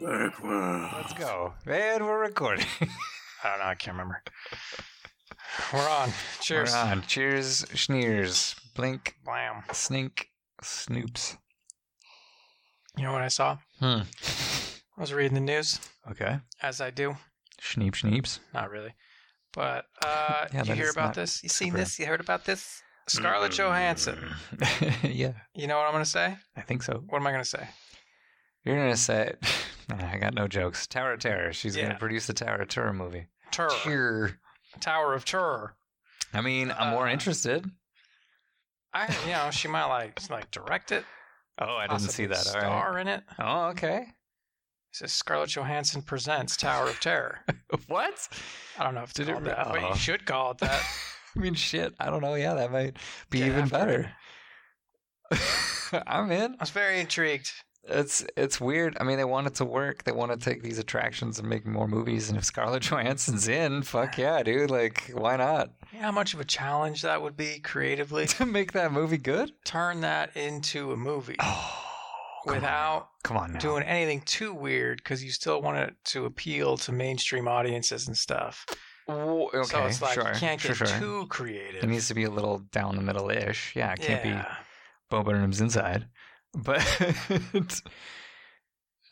Let's go. And we're recording. I don't know. I can't remember. We're on. Cheers. We're on. Cheers, schneers, blink, Blam. snink, snoops. You know what I saw? Hmm. I was reading the news, Okay. as I do. Schneep, schneeps. Not really. But uh, Yeah, you that hear is about not this? You seen super- this? You heard about this? Mm. Scarlett Johansson. yeah, You know what I'm going to say? I think so. What am I going to say? You're gonna say, I got no jokes. Tower of Terror. She's Yeah. gonna produce the Tower of Terror movie. Terror. Terror. Tower of Terror. I mean, I'm more Uh, interested. I, you know, she might like like direct it. Oh, I didn't see possibly that. All right. Star in it. Oh, okay. It says Scarlett Johansson presents Tower of Terror. What? I don't know if it's Did it called re- that, but Oh. you should call it that. I mean, shit. I don't know. Yeah, that might be Get even after better. I'm in. I was very intrigued. It's it's weird. I mean, they want it to work. They want to take these attractions and make more movies. And if Scarlett Johansson's in, fuck yeah, dude. Like, why not? You know how much of a challenge that would be creatively? to make that movie good? Turn that into a movie Oh, come on without now. come on now. doing anything too weird because you still want it to appeal to mainstream audiences and stuff. Wo- okay, so it's like sure, you can't sure, get sure. too creative. It needs to be a little down the middle ish. Yeah, it can't be yeah. Bo Burnham's inside. But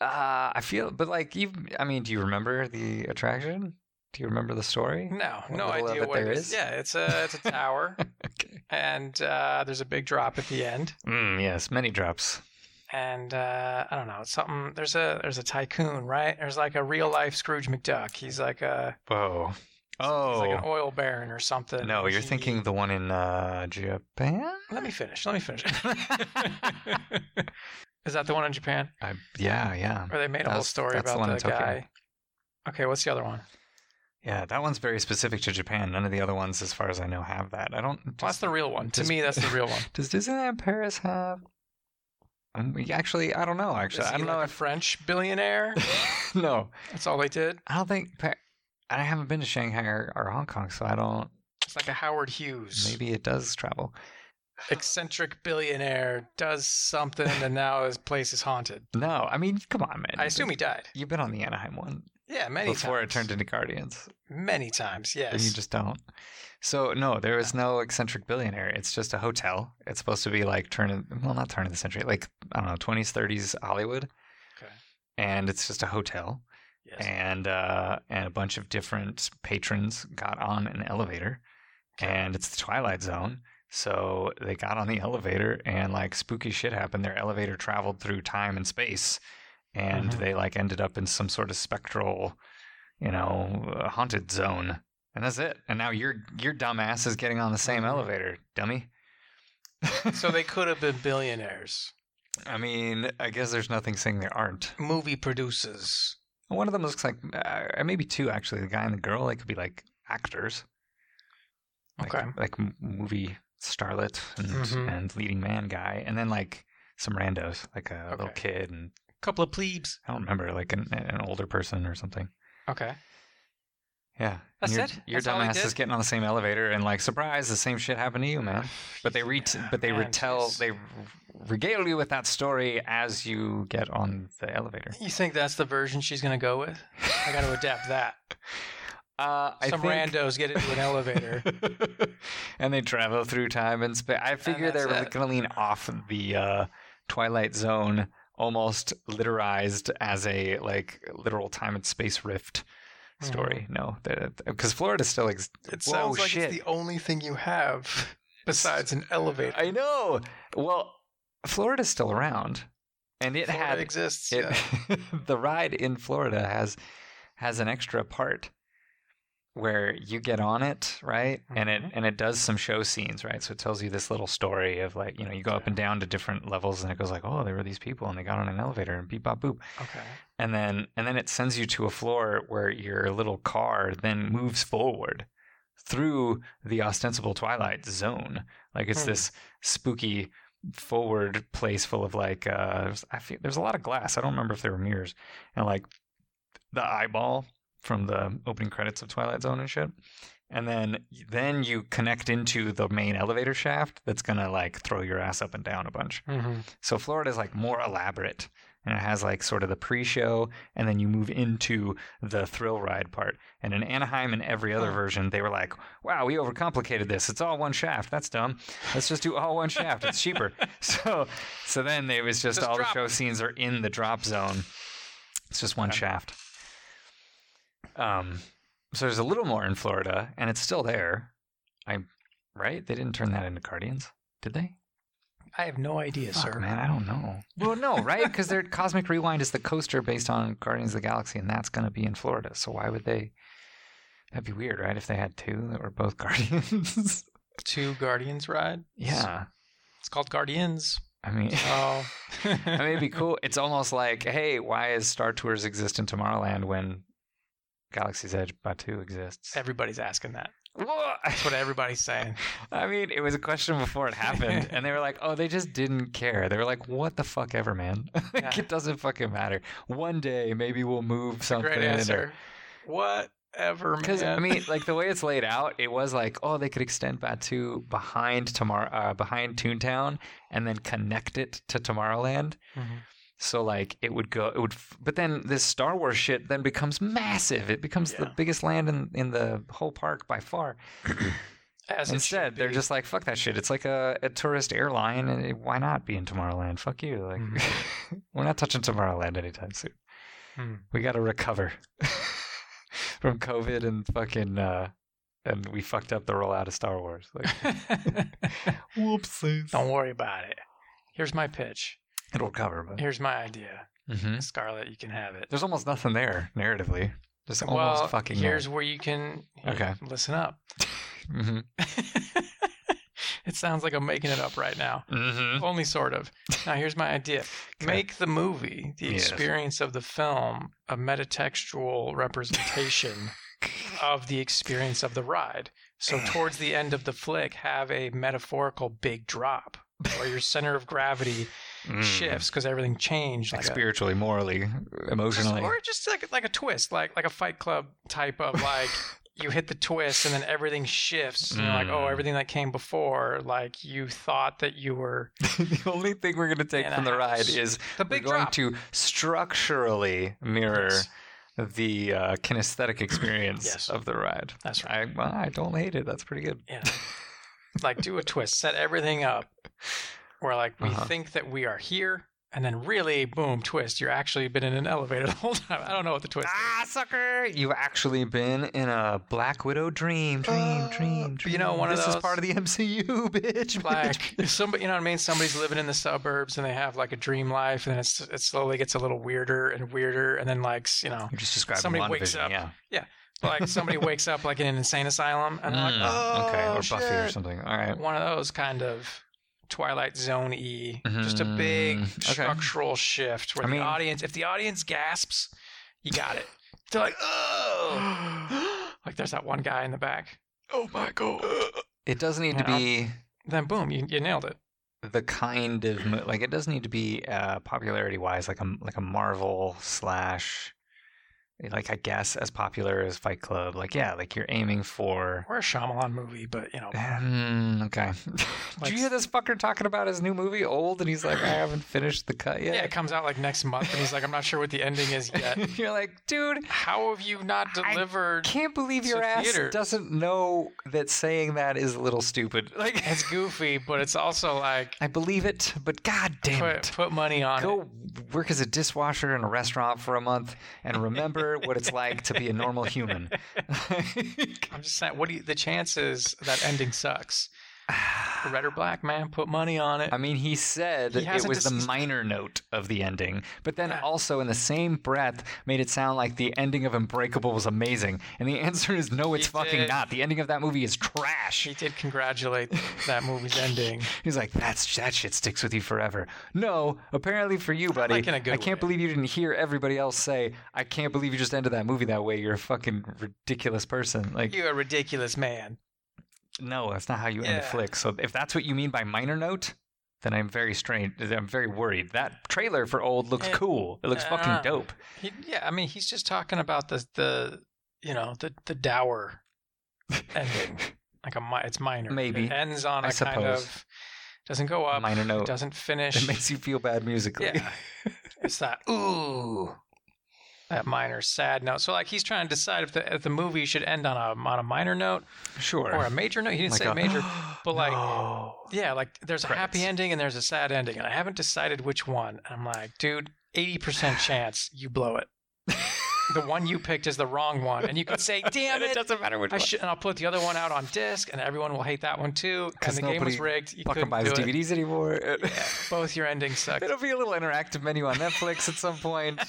uh, I feel, but like you, I mean, do you remember the attraction? Do you remember the story? No, What no little of idea it what there it is. is? Yeah, it's a it's a tower, Okay. and uh, there's a big drop at the end. Mm, yes, many drops. and uh, I don't know it's something. There's a there's a tycoon, right? There's like a real life Scrooge McDuck. He's like a Whoa. he's Oh. like an oil baron or something. no, you're He- thinking the one in uh, Japan? Let me finish. Let me finish. Is that the one in Japan I, yeah, yeah. where they made a whole That's- story that's the about one in the, Tokyo. guy? Okay, what's the other one? Yeah, that one's very specific to Japan. None of the other ones, as far as I know, have that. I don't. Well, that's Does, the real one. To does- me, that's the real one. does Disneyland Paris have? Um, we- actually, I don't know. Actually, I Is he don't know like a French billionaire. if. no, That's all they did. I don't think. Pa- I haven't been to Shanghai or, or Hong Kong, so I don't. It's like a Howard Hughes, Maybe it does travel. eccentric billionaire does something, and now his place is haunted. No, I mean, come on, man. I assume he died. You've been on the Anaheim one Yeah, many before times. it turned into Guardians, Many times, yes. and you just don't. So no, there is no eccentric billionaire. It's just a hotel. It's supposed to be like turn of well, not turn of the century, like I don't know, twenties, thirties Hollywood. Okay. And it's just a hotel. Yes. and uh, and a bunch of different patrons got on an elevator, Okay. and it's the Twilight Zone. So they got on the elevator, and like spooky shit happened. Their elevator traveled through time and space, and Mhm. they like ended up in some sort of spectral, you know, uh, haunted zone. And that's it. And now your your dumbass is getting on the same Mhm. elevator, dummy. so they could have been billionaires, I mean, I guess there's nothing saying there aren't. movie producers. One of them looks like uh, maybe two actually. The guy and the girl. They could be like actors. like, Okay. like m- movie starlet and, Mhm. and leading man guy, and then like some randos, like a little Okay. kid, and couple of plebes. I don't remember, like an, an older person or something. Okay. Yeah, That's and your, it? Your That's all they dumbass is did? getting on the same elevator, and like surprise, the same shit happened to you, man. But they re- Yeah, but they man, retell, jeez. they regale you with that story as you get on the elevator. You think that's the version she's going to go with? I got to adapt that. Uh, I Some think- randos get into an elevator. and they travel through time and space. I figure they're that's it. going to lean off the uh, Twilight Zone, almost literized as a like literal time and space rift story. Mm-hmm. No, because Florida still ex- It Whoa, sounds like shit. it's the only thing you have besides an elevator. I know. Well, Florida's still around, and it Florida had exists. it, yeah. the ride in Florida has has an extra part where you get on it, right? And it Mhm. and it does some show scenes, right? So it tells you this little story of like, you know, you go up and down to different levels and it goes like, "Oh, there were these people and they got on an elevator and beep bop boop." Okay. And then and then it sends you to a floor where your little car then moves forward through the ostensible twilight zone. Like it's Hmm. this spooky forward place full of like uh I feel there's a lot of glass. I don't remember if there were mirrors. And like the eyeball from the opening credits of Twilight Zone and shit and then then you connect into the main elevator shaft that's gonna like throw your ass up and down a bunch. Mm-hmm. So Florida is like more elaborate, and it has like sort of the pre-show, and then you move into the thrill ride part. And in Anaheim and every other Huh. version, they were like, "Wow, we overcomplicated this. It's all one shaft. That's dumb. Let's just do all one shaft. It's cheaper." So, so then it was just, Just all drop the show it. scenes are in the drop zone. It's just one Okay. shaft. Um, so there's a little more in Florida, and it's still there. I, right? They didn't turn that into Guardians, did they? I have no idea, Fuck, sir. man, I don't know. Well, no, right? Because their Cosmic Rewind is the coaster based on Guardians of the Galaxy, and that's going to be in Florida. So why would they? That'd be weird, right? If they had two that were both Guardians. Two Guardians ride. yeah, It's called Guardians. I mean, Oh, I mean, it'd be cool. It's almost like, hey, why is Star Tours exist in Tomorrowland when Galaxy's Edge Batu exists? everybody's asking that. Whoa! That's what everybody's saying. I mean, it was a question before it happened, and they were like, "Oh, they just didn't care." They were like, "What the fuck ever, man? like, Yeah. It doesn't fucking matter. One day, maybe we'll move something." Great answer. Whatever, man. Because I mean, like the way it's laid out, it was like, "Oh, they could extend Batu behind tomorrow, uh, behind Toontown, and then connect it to Tomorrowland." Mhm. So like it would go, it would, f- but then this Star Wars shit then becomes massive. It becomes the Yeah. biggest land in, in the whole park by far. As it Instead, should they're be. just like, fuck that shit. It's like a, a tourist airline, and it- why not be in Tomorrowland? Fuck you. Like, we're not touching Tomorrowland anytime soon. Mm-hmm. Hmm. We got to recover from COVID and fucking, uh, and we fucked up the rollout of Star Wars. Like, whoopsies. Don't worry about it. Here's my pitch. It'll recover, but Here's my idea. Mhm. Scarlet, you can have it. there's almost nothing there narratively. Just almost well, fucking uh, here's where you can Okay. listen up. hmm it sounds like I'm making it up right now. hmm Only sort of. Now here's my idea. Okay. Make the movie, the Yes. experience of the film, a metatextual representation of the experience of the ride. So towards the end of the flick, have a metaphorical big drop where your center of gravity Hmm. shifts because everything changed. Mm-hmm. Like Like a- spiritually, morally, just- emotionally. or just like like a twist, like like a Fight Club type of like you hit the twist and then everything shifts. And you're like, oh, Mm. everything that came before, like you thought that you were the only thing we're going to take And a from the ride house. is the we're big going drop. to structurally mirror Yes. the uh, kinesthetic experience Yes. of the ride. That's right. I, well, I don't hate it. That's pretty good. Yeah. like do a twist, set everything up where like we Uh-huh. think that we are here. And then really, boom, twist. You're actually been in an elevator the whole time. I don't know what the twist is. Ah, sucker! You've actually been in a Black Widow dream, dream, Uh, dream, but you dream. know, one of this is those- part of the MCU, bitch. like somebody you know what I mean somebody's living in the suburbs and they have like a dream life and it's it slowly gets a little weirder and weirder and then like s- you know You're just describing Somebody WandaVision, wakes up. Yeah. like somebody wakes up like in an insane asylum and they're like Mm, oh okay, or shit. Buffy or something. All right. one of those kind of Twilight Zone e just a big Mhm, okay. structural shift where I the mean- audience if the audience gasps you got it they're like oh like there's that one guy in the back oh my god It does need to Yeah. be then boom you, you nailed it the kind of mo- like it does need to be uh, popularity wise like a like a Marvel slash like I guess as popular as Fight Club like yeah like you're aiming for we're a Shyamalan movie but you know Hmm, okay Like- did you hear this fucker talking about his new movie old and he's like I haven't finished the cut Yeah, it yet comes out like next month, and he's like, I'm not sure what the ending is yet. you're like dude How have you not I delivered? can't believe It's your a ass theater. doesn't know that saying that is a little stupid like It's goofy, but it's also like I believe it but god damn put, it put money on it. go work as a dishwasher in a restaurant for a month and remember what it's like to be a normal human. I'm just saying, what do you, the chances that ending sucks? Red or black, man, put money on it. I mean, he said He it hasn't was the dis- minor note of the ending, but then Yeah. also in the same breath made it sound like the ending of Unbreakable was amazing. And the answer is no, it's He fucking did. not. The ending of that movie is trash. He did congratulate that movie's ending. He's like, that's that shit sticks with you forever. No, apparently for you, buddy. Like in a good I can't way. believe you didn't hear everybody else say, I can't believe you just ended that movie that way. You're a fucking ridiculous person. Like, You're a ridiculous man. no, that's not how you end a Yeah. flick. So if that's what you mean by minor note, then I'm very strained. I'm very worried. That trailer for Old looks Eh, cool. It looks fucking uh, dope. He, yeah, I mean, he's just talking about the the you know the the dour ending. Like a mi- it's minor. Maybe. It ends on I a kind suppose. of doesn't go up, Minor note. doesn't finish. It makes you feel bad musically. Yeah. it's that ooh that minor sad note. So like he's trying to decide if the if the movie should end on a on a minor note Sure. or a major note. He didn't Like say a- major. but, like, No. Yeah, like there's a happy Credits. ending and there's a sad ending, and I haven't decided which one. And I'm like, dude, eighty percent chance you blow it. the one you picked is the wrong one, and you could say, "Damn and it it!" doesn't matter which I one. should, and I'll put the other one out on disc, and everyone will hate that one too. And 'Cause the game was nobody rigged. You fucking couldn't buys do it. DVDs anymore. Both your endings sucked. It'll be a little interactive menu on Netflix at some point.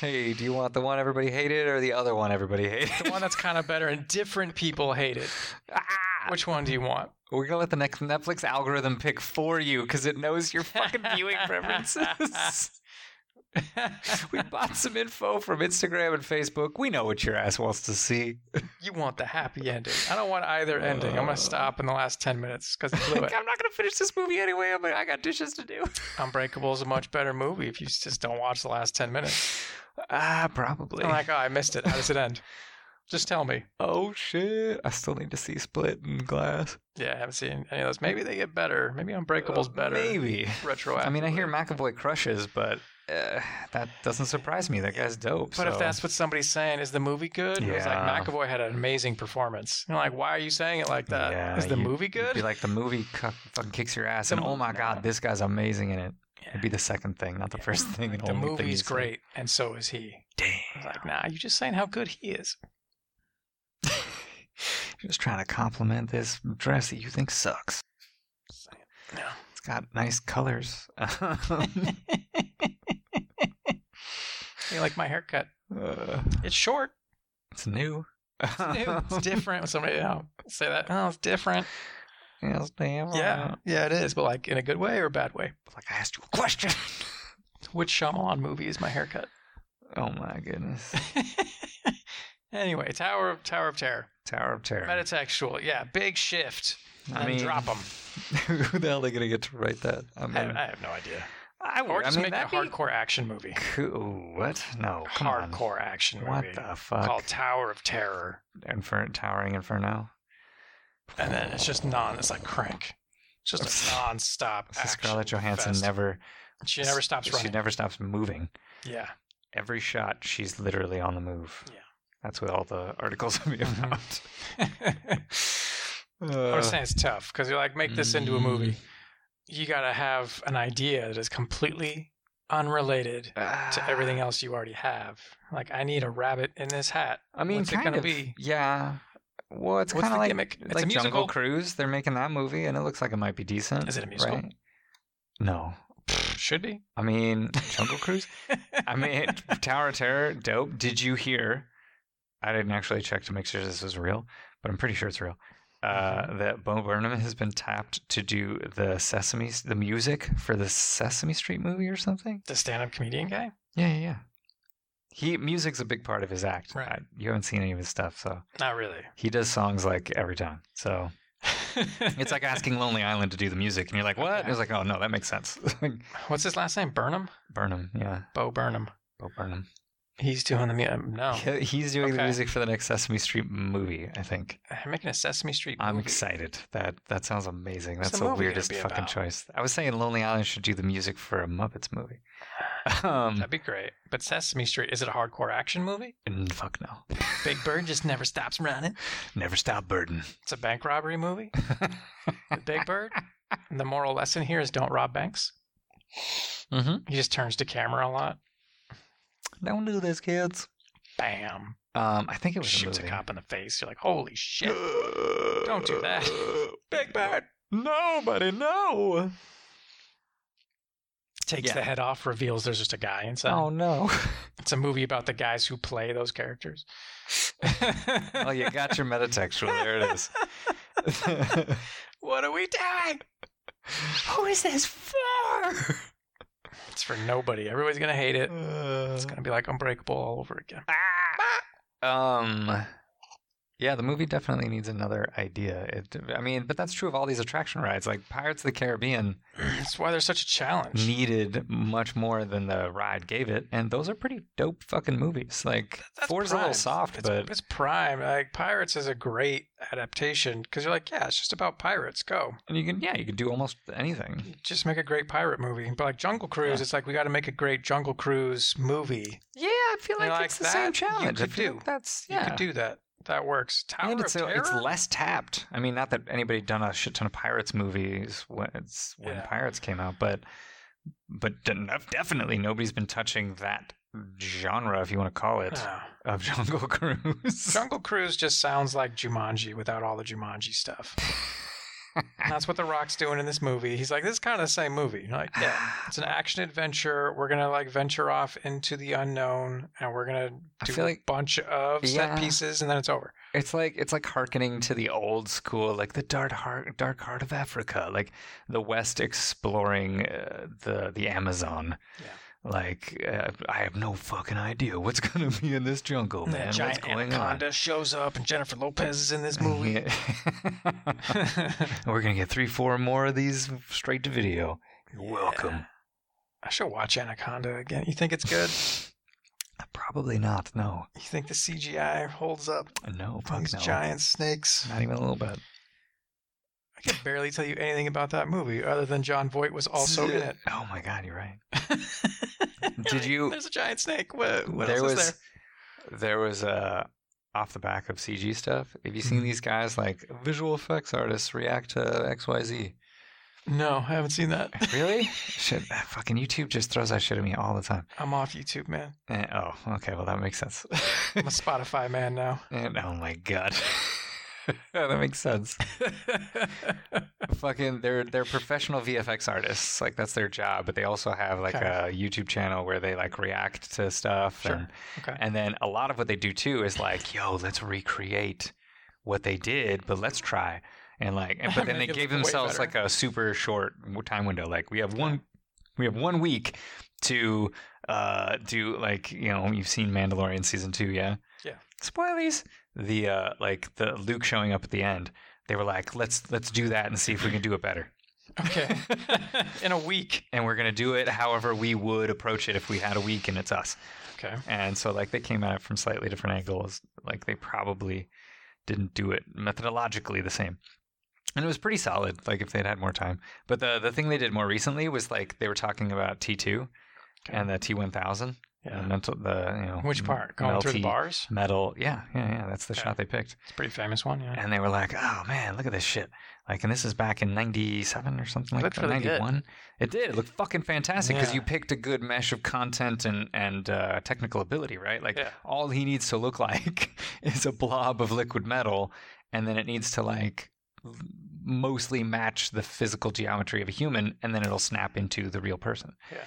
Hey, do you want the one everybody hated or the other one everybody hated? the one that's kind of better, and different people hate it. Ah! Which one do you want? We're gonna let the next Netflix algorithm pick for you because it knows your fucking viewing preferences. we bought some info from Instagram and Facebook. We know what your ass wants to see. you want the happy ending. I don't want either ending. I'm Uh. gonna stop in the last ten minutes because it blew Like, it. I'm not gonna finish this movie anyway. I'm, I got dishes to do. Unbreakable is a much better movie if you just don't watch the last ten minutes. Ah, probably. I'm like, oh, I missed it. How does it end? Just tell me. oh shit! I still need to see Split and Glass. Yeah, I haven't seen any of those. Maybe they get better. Maybe Unbreakable's better. Uh, Maybe. Retroactive. I mean, I hear McAvoy crushes, but uh, that doesn't surprise me. That guy's dope. But if so- that's what somebody's saying, is the movie good? It's Yeah. like McAvoy had an amazing performance. You're like, why are you saying it like that? Is Yeah, the you- movie It'd good? be like the movie cu- fucking kicks your ass, The and mo- oh my god, this guy's amazing in it. Yeah. It'd be the second thing, not the Yeah. first thing. And the only thing you movie's say. great, and so is he. I was Dang, like, nah, you're just saying how good he is. you're just trying to compliment this dress that you think sucks. No. It's got nice colors. uh, You like my haircut? It's short. it's new. Ew, it's different. When somebody you know, say that, oh, it's different. Yes, damn Yeah, right. yeah, it is. But like in a good way or a bad way. Like I asked you a question. Which Shyamalan movie is my haircut? oh my goodness. anyway, Tower of Tower of Terror, Tower of Terror. metatextual. Yeah, big shift. I and mean, drop them. Who the hell are they gonna get to write that? I mean, I, I have no idea. I would- Or I just mean, make that'd a be hardcore action movie. Cool. What? No. Come on. hardcore action movie What the fuck? called Tower of Terror, Infer- Towering Inferno. and then it's just non. It's like crank. It's just a non-stop. This is action Scarlett Johansson fest. never. She never stops She running. never stops moving. yeah. Every shot, she's literally on the move. Yeah. That's what all the articles will be Mhm. about. I'm Uh, just saying it's tough because you're like, make this into a movie. mm. You got to have an idea that is completely unrelated to ah, everything else you already have. Like, I need a rabbit in this hat. I mean, What's it kind gonna of. be? Yeah. Well, it's What's kind the of like gimmick? It's like a musical. Jungle Cruise. They're making that movie, and it looks like it might be decent. Is it a musical? right? No. Pfft, Should be. I mean, Jungle Cruise. I mean, Tower of Terror, dope. Did you hear? I didn't actually check to make sure this was real, but I'm pretty sure it's real. Mm-hmm. Uh, that Bo Burnham has been tapped to do the Sesame, the music for the Sesame Street movie or something. the stand up comedian guy? Yeah, yeah. yeah. He music's a big part of his act. Right. I- you haven't seen any of his stuff, so Not really. he does songs like every time. So it's like asking Lonely Island to do the music, and you're like, "What?" It Okay. was like, "Oh no, that makes sense." What's his last name? Burnham? Burnham, yeah, Bo Burnham. Bo Burnham. He's doing the music. No. He- He's doing the Oh, Okay. music for the next Sesame Street movie, I think. I'm making a Sesame Street movie. I'm excited. That that sounds amazing. What's That's the the, movie gonna weirdest be fucking about? choice. I was saying Lonely Island should do the music for a Muppets movie. Um, That'd be great. But Sesame Street, is it a hardcore action movie? mm, fuck no. Big Bird just never stops running. Never stop burden. It's a bank robbery movie. the Big Bird. And the moral lesson here is don't rob banks. Mm-hmm. He just turns to camera a lot. Don't do this, kids. Bam. Um, I think it was Shoots a a movie. cop in the face. You're like, holy shit. Don't do that. Big Bird. Nobody no. Takes Yeah. the head off, reveals there's just a guy inside. oh no. It's a movie about the guys who play those characters. oh, you got your metatextual. There it is. What are we doing? Who is this for? It's for nobody. Everybody's going to hate it. Uh. It's going to be like Unbreakable all over again. Um, Yeah, the movie definitely needs another idea. It, I mean, but that's true of all these attraction rides. Like Pirates of the Caribbean That's why there's such a challenge. needed much more than the ride gave it, and those are pretty dope fucking movies. Like That's four's a little prime. soft, it's, but it's prime. Like Pirates is a great adaptation because you're like, yeah, it's just about pirates. Go, and you can yeah, you can do almost anything. just make a great pirate movie. But like Jungle Cruise, Yeah. it's like we got to make a great Jungle Cruise movie. Yeah, I feel And like, like it's the that, same you challenge. I could feel do. like that's You yeah. could do that. That works. Tower and it's, of so- Terror. it's less tapped. I mean, not that anybody done a shit ton of pirates movies when it's when Yeah. pirates came out, but but de- definitely nobody's been touching that genre, if you want to call it, Ah. of Jungle Cruise. Jungle Cruise just sounds like Jumanji without all the Jumanji stuff. And that's what The Rock's doing in this movie. He's like, this is kind of the same movie. You're like, yeah. It's an action adventure. We're gonna like venture off into the unknown, and we're gonna I do feel like- a bunch of Yeah. set pieces, and then it's over. It's like it's like hearkening to the old school, like the dark heart, dark heart of Africa, like the West exploring uh, the the Amazon. Like uh, I have no fucking idea what's gonna be in this jungle, And man. that What's giant going on? anaconda shows up, and Jennifer Lopez is in this movie. Yeah. We're gonna get three, four more of these straight to video. You're welcome. I should watch Anaconda again. You think it's good? Uh, Probably not. No, You think the CGI holds up? no, fuck These no. giant snakes. Not even a little bit. I can barely tell you anything about that movie other than John Voight was also in it. Oh my god, you're right. Did you? There's a giant snake. What, what there else was is there? there? was uh, off the back of CG stuff. Have you seen Mhm. these guys like visual effects artists react to X Y Z? No, I haven't seen that. Really? shit, fucking YouTube just throws that shit at me all the time. I'm off YouTube, man. Eh, oh, okay, well that makes sense. I'm a Spotify man now. And oh my god. that makes sense. Fucking they're they're professional VFX artists. Like that's their job, but they also have like Okay. a YouTube channel where they like react to stuff Sure. and Okay. and then a lot of what they do too is like, yo, let's recreate what they did, but let's try. And like and, but then they Make it gave look way themselves better. like a super short w- time window. Like we have one we have one week to uh do like, you know, you've seen Mandalorian season 2, yeah? Yeah. Spoilies. The uh like the Luke showing up at the end. They were like, let's let's do that and see if we can do it better. Okay. in a week. And we're gonna do it however we would approach it if we had a week and it's us. Okay. And so like they came at it from slightly different angles. Like they probably didn't do it methodologically the same. And it was pretty solid, like if they'd had more time. But the the thing they did more recently was like they were talking about T two Okay. and the T one thousand. Yeah. And mental the you know Which m- part? Going through the melty bars? Metal. Yeah, yeah, yeah. That's the Okay. shot they picked. It's a pretty famous one, yeah. And they were like, Oh man, look at this shit. Like and this is back in ninety seven or something like Looked that. really Ninety good. one. It did. It looked fucking fantastic because Yeah. you picked a good mesh of content and, and uh, technical ability, right? Like Yeah. all he needs to look like is a blob of liquid metal and then it needs to like l- mostly match the physical geometry of a human and then it'll snap into the real person Yeah.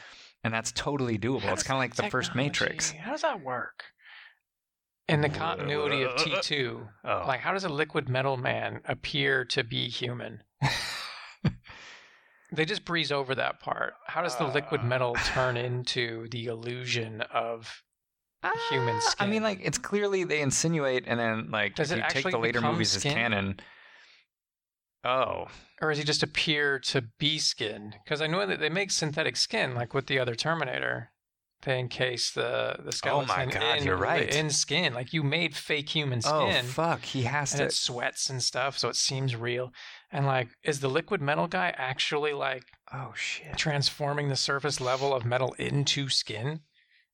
and that's totally doable How it's does kind of like the first matrix Technology, How does that work? In the continuity of T2, oh like how does a liquid metal man appear to be human? they just breeze over that part. How does the liquid Uh. metal turn into the illusion of human Ah, i mean skin. like it's clearly they insinuate and then like Does if it you take actually the later become movies skin? as canon oh or does he just appear to be skin? Because I know that they make synthetic skin, like with the other Terminator. They encase the the skeleton. Oh my God, in, you're right. In skin, like you made fake human skin, oh fuck he has and to it sweats and stuff, so it seems real. And like, is the liquid metal guy actually like oh shit transforming the surface level of metal into skin?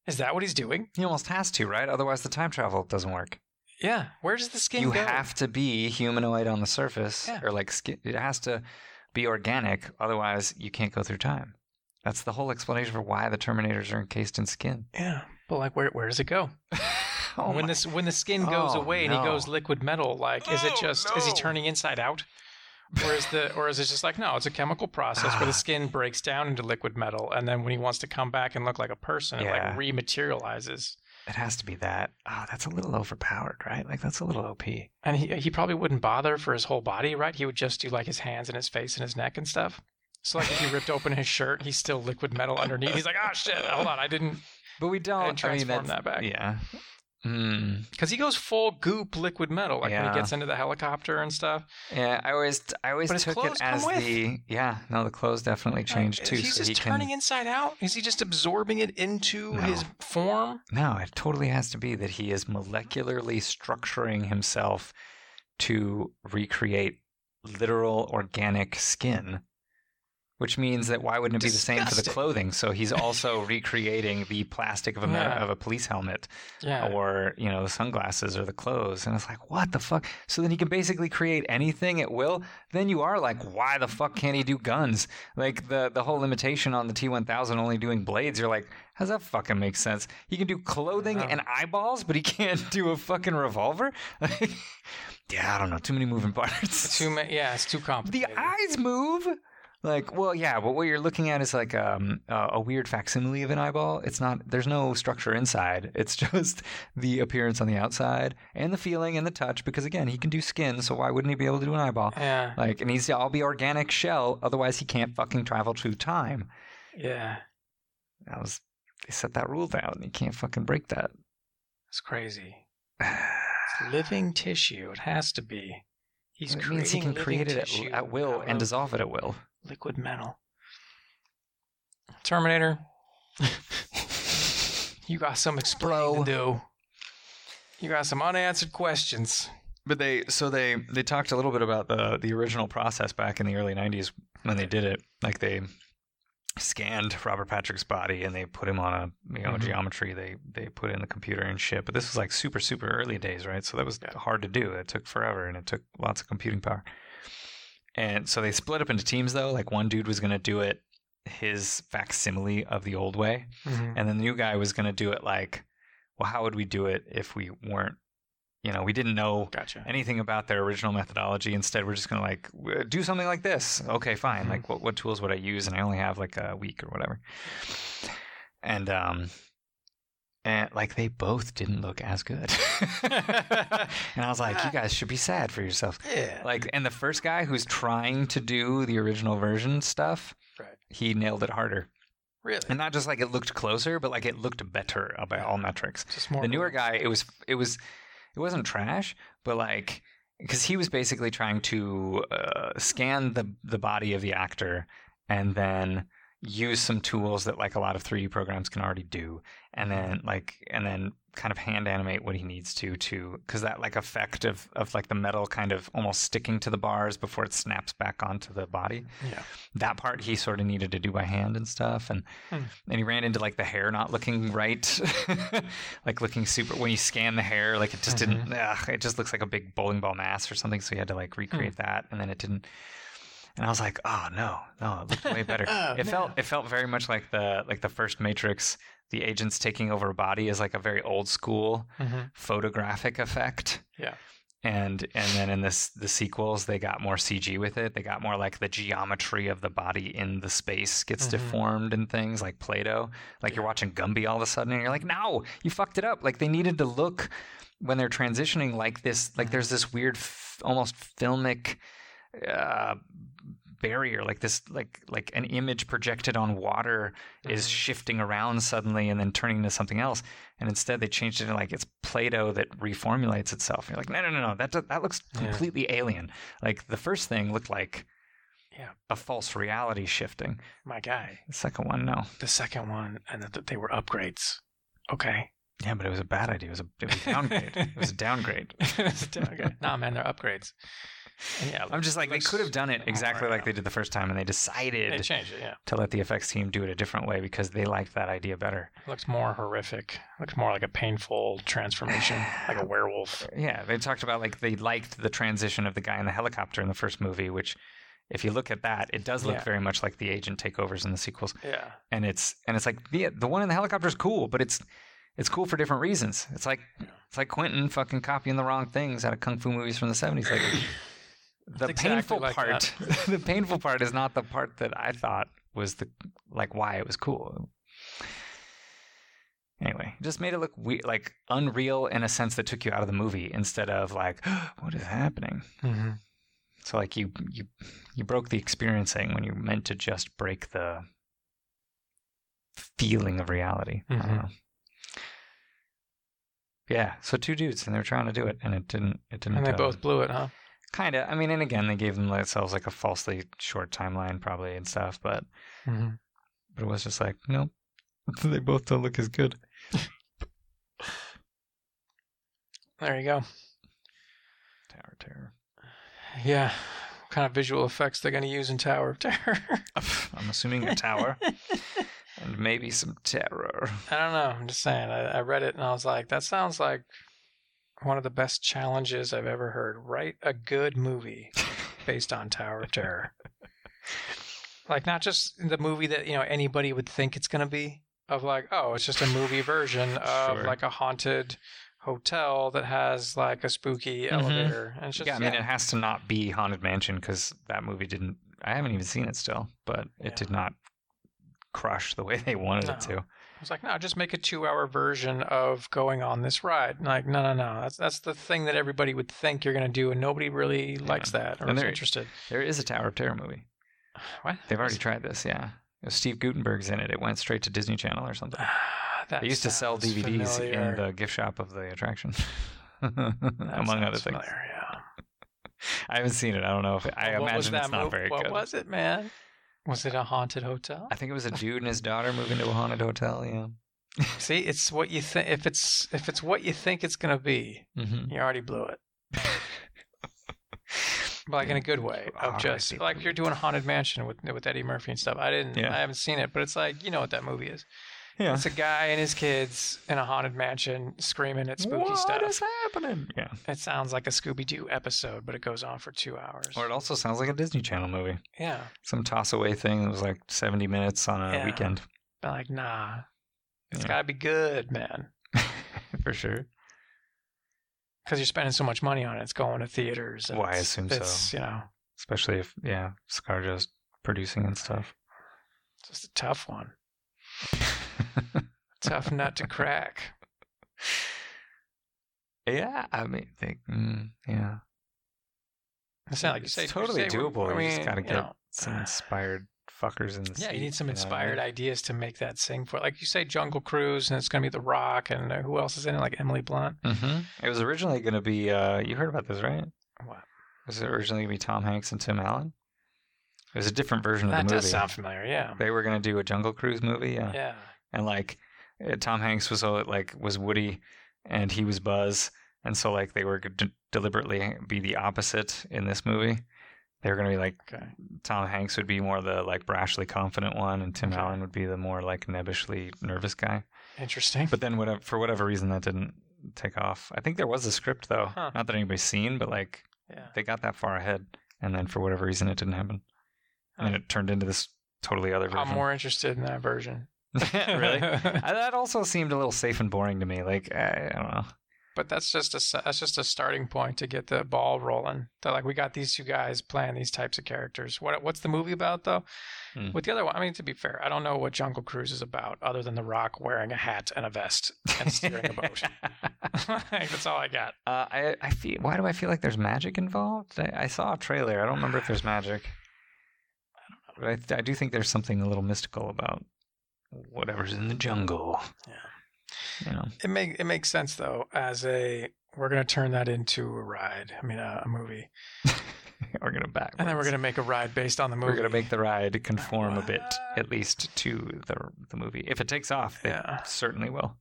Is that what he's doing? he almost has to right otherwise the time travel doesn't work Yeah. Where does the skin you go? have to be humanoid on the surface Yeah. or like skin it has to be organic otherwise you can't go through time that's the whole explanation for why the terminators are encased in skin Oh, yeah. But like, where where does it go? when my- this when the skin goes Oh, away and he no. goes liquid metal, like is it Oh, just is he no. turning inside out? Or is the or is it just like no, it's a chemical process where Ah. the skin breaks down into liquid metal and then when he wants to come back and look like a person, it Yeah. like rematerializes. it has to be that oh that's a little overpowered right like that's a little op And he he probably wouldn't bother for his whole body, right? He would just do like his hands and his face and his neck and stuff. So like if he ripped open his shirt, he's still liquid metal underneath. He's like, ah shit, hold on, I uh, didn't but we don't I transform mean Oh, that's that back. yeah Mm. because he goes full goop liquid metal like when Yeah. he gets into the helicopter and stuff. Yeah, I always I always But his took it clothes come as with. the yeah. No, the clothes definitely changed Like, too. He's so just he turning can, inside out. Is he just absorbing it into No. his form? No, it totally has to be that he is molecularly structuring himself to recreate literal organic skin, which means that why wouldn't it be the same for the Disgusting. clothing? So he's also recreating the plastic of a me- Yeah. of a police helmet Oh, Yeah. or you know the sunglasses or the clothes, and it's like what the fuck. So then he can basically create anything at will. Then you are like, why the fuck can't he do guns? Like the the whole limitation on the T1000 only doing blades. You're like, how's that fucking make sense? He can do clothing know. and eyeballs, but he can't do a fucking revolver. Like, yeah, I don't know. Too many moving parts. Too ma- yeah, it's too the complicated. eyes move. Like, well, yeah, but what you're looking at is like um, a a weird facsimile of an eyeball. It's not. There's no structure inside. It's just the appearance on the outside and the feeling and the touch. Because again, he can do skin, so why wouldn't he be able to do an eyeball? Yeah. Like, it needs to all be organic shell. Otherwise, he can't fucking travel through time. Yeah. That was. They set that rule down. and You can't fucking break that. It's crazy. It's living tissue. It has to be. He's it creating means he can living create it tissue at, at will out and of dissolve it at will. liquid metal. Terminator, you got some Bro. explaining to do. You got some unanswered questions. But they so they they talked a little bit about the the original process back in the early '90s when they did it. Like they scanned Robert Patrick's body and they put him on a you know Mhm. geometry. They they put in the computer and shit. But this was like super super early days, right? So that was Yeah. hard to do. It took forever and it took lots of computing power. And so they split up into teams though. Like one dude was gonna do it his facsimile of the old way, and then the new guy was gonna do it like, well, how would we do it if we weren't, you know, we didn't know Gotcha. anything about their original methodology. Instead, we're just going to like w- do something like this. Okay, fine. Mhm. Like, what, what tools would I use? And I only have like a week or whatever. And, um, and like they both didn't look as good. and I was like, you guys should be sad for yourself. Yeah. Like, and the first guy who's trying to do the original version stuff, Right. he nailed it harder. really. And not just like it looked closer, but like it looked better by all metrics Just more the newer guy believable. it was it was it wasn't trash but like because he was basically trying to uh, scan the the body of the actor and then use some tools that like a lot of 3d programs can already do and then like and then kind of hand animate what he needs to to because that like effect of of like the metal kind of almost sticking to the bars before it snaps back onto the body Yeah. that part he sort of needed to do by hand and stuff and Hmm. and he ran into like the hair not looking right like looking super when you scan the hair like it just Mm-hmm. didn't ugh, it just looks like a big bowling ball mass or something so he had to Hmm. like recreate that and then it didn't and I was like, oh no, no, it looked way better. Oh, it felt no. it felt very much like the like the first Matrix, the agents taking over a body is like a very old school Mhm. photographic effect. Yeah. And and then in this the sequels they got more CG with it. They got more like the geometry of the body in the space gets Mhm. deformed and things like Play-Doh. Like you're watching Gumby all of a sudden and you're like, "No, you fucked it up." Like they needed to look when they're transitioning like this like there's this weird f- almost filmic uh barrier like this like like an image projected on water is Mhm. shifting around suddenly and then turning into something else and instead they changed it to like it's play-doh that reformulates itself and you're like no no no no that do- that looks Yeah. completely alien like the first thing looked like Yeah. a false reality shifting My guy. the second one no The second one, and that they were upgrades. Okay. yeah but it was a bad idea it was a, it was a downgrade it was a downgrade okay. Nah, man, they're upgrades. And yeah, i'm just like they looks could have done it more exactly like now. they did the first time and they decided they changed it. Yeah, to let the effects team do it a different way because they liked that idea better. it looks more horrific. looks more like a painful transformation, like a werewolf. Yeah, they talked about like they liked the transition of the guy in the helicopter in the first movie, which if you look at that, it does look Yeah. very much like the agent takeovers in the sequels. Yeah, And it's and it's like yeah, the one in the helicopter is cool, but it's it's cool for different reasons. It's like it's like Quentin fucking copying the wrong things out of kung fu movies from the 70s like the It's exactly painful like part the painful part is not the part that I thought was the like why it was cool. Anyway, it just made it look we- like unreal in a sense that took you out of the movie instead of like what is happening. mm-hmm. So like you you you broke the experiencing when you meant to just break the feeling of reality. I Mhm. don't know. But Yeah, so two dudes and they were trying to do it, and it didn't. It didn't. And they uh, both blew it, huh? kind of. I mean, and again, they gave themselves like a falsely short timeline, probably and stuff. But Mm-hmm. but it was just like, nope, they both don't look as good. There you go. Tower of Terror. Yeah. What kind of visual effects they're going to use in Tower of Terror? I'm assuming a tower and maybe some terror. I don't know. I'm just saying. I, I read it and I was like, that sounds like one of the best challenges I've ever heard. Write a good movie based on Tower of Terror. like, not just the movie that, you know, anybody would think it's going to be, of like, oh, it's just a movie version of Sure. like a haunted hotel that has like a spooky Mhm. elevator. And it's just, yeah, I mean, yeah. it has to not be Haunted Mansion because that movie didn't. I haven't even seen it still, but it Yeah. did not crush the way they wanted it No. to. I was like, no, just make a two-hour version of going on this ride. And like, no, no, no, that's that's the thing that everybody would think you're gonna do, and nobody really likes that or And is there- interested. There is a Tower of Terror movie. What? They've already tried this, yeah. It was Steve Gutenberg's in it. It went straight to Disney Channel or something. Ah, that They used to sell sounds DVDs familiar. in the gift shop of the attraction, That among other things. sounds familiar, yeah. I haven't seen it. I don't know if I Well, what was imagine it's that not mov- very what good. was it, man? Was it a haunted hotel? I think it was a dude and his daughter moving to a haunted hotel. Yeah. See, it's what you think. If it's if it's what you think it's gonna be, Mm-hmm. you already blew it. But like in a good way You of just already like you're doing haunted mansion with with Eddie Murphy and stuff. I didn't. Yeah. I haven't seen it, but it's like you know what that movie is. Yeah. It's a guy and his kids in a haunted mansion screaming at spooky stuff. What is happening? Yeah. It sounds like a Scooby Doo episode, but it goes on for two hours. Or it also sounds like a Disney Channel movie. yeah, Some toss away thing that was like 70 minutes on a Yeah. weekend. but like nah, it's Yeah. gotta be good, man, For sure. because you're spending so much money on it. It's going to theaters. and Well, I it's- assume so. it's, You know, Especially if, yeah, ScarJo's producing and stuff. it's just a tough one, tough nut to crack. yeah. I mean, they, mm, yeah. It's not like you It's say totally you say we're- doable. I You just mean, gotta get- know, Some inspired fuckers in the Yeah, you seat, need some know what I inspired mean? ideas to make that sing for. it. Like you say, Jungle Cruise, and it's going to be The Rock, and uh, who else is in it? Like Emily Blunt. Mm-hmm. It was originally going to be, uh, you heard about this, right? What? Was it originally going to be Tom Hanks and Tim Allen? It was a different version of That the movie. does sound familiar. Yeah. they were going to do a Jungle Cruise movie, yeah. Yeah. And like uh, Tom Hanks was all, like was Woody and he was Buzz, and so like they were going to deliberately be the opposite in this movie. They were going to be like Okay. Tom Hanks would be more the like brashly confident one, and Tim Okay. Allen would be the more like nebbishly nervous guy. Interesting. But then whatever, for whatever reason that didn't take off. I think there was a script though, Huh. not that anybody's seen, but like yeah. they got that far ahead, and then for whatever reason it didn't happen, and Huh. it turned into this totally other version. I'm more interested in that version. really? I- that also seemed a little safe and boring to me. Like I, I don't know. but that's just a s- that's just a starting point to get the ball rolling. They're like, we got these two guys playing these types of characters. What what's the movie about though? Hmm. With the other one, I mean, to be fair, I don't know what Jungle Cruise is about other than The Rock wearing a hat and a vest and steering a boat. Like, that's all I got. Uh, I, I feel. Why do I feel like there's magic involved? I, I saw a trailer. I don't remember if there's magic. But I, I do think there's something a little mystical about whatever's in the jungle. Yeah. You know. It make it makes sense though as a we're gonna turn that into a ride. I mean, a, a movie, We're gonna back. and then we're gonna make a ride based on the movie. We're gonna make the ride conform a bit, What? at least to the the movie. If it takes off, it Yeah. certainly will.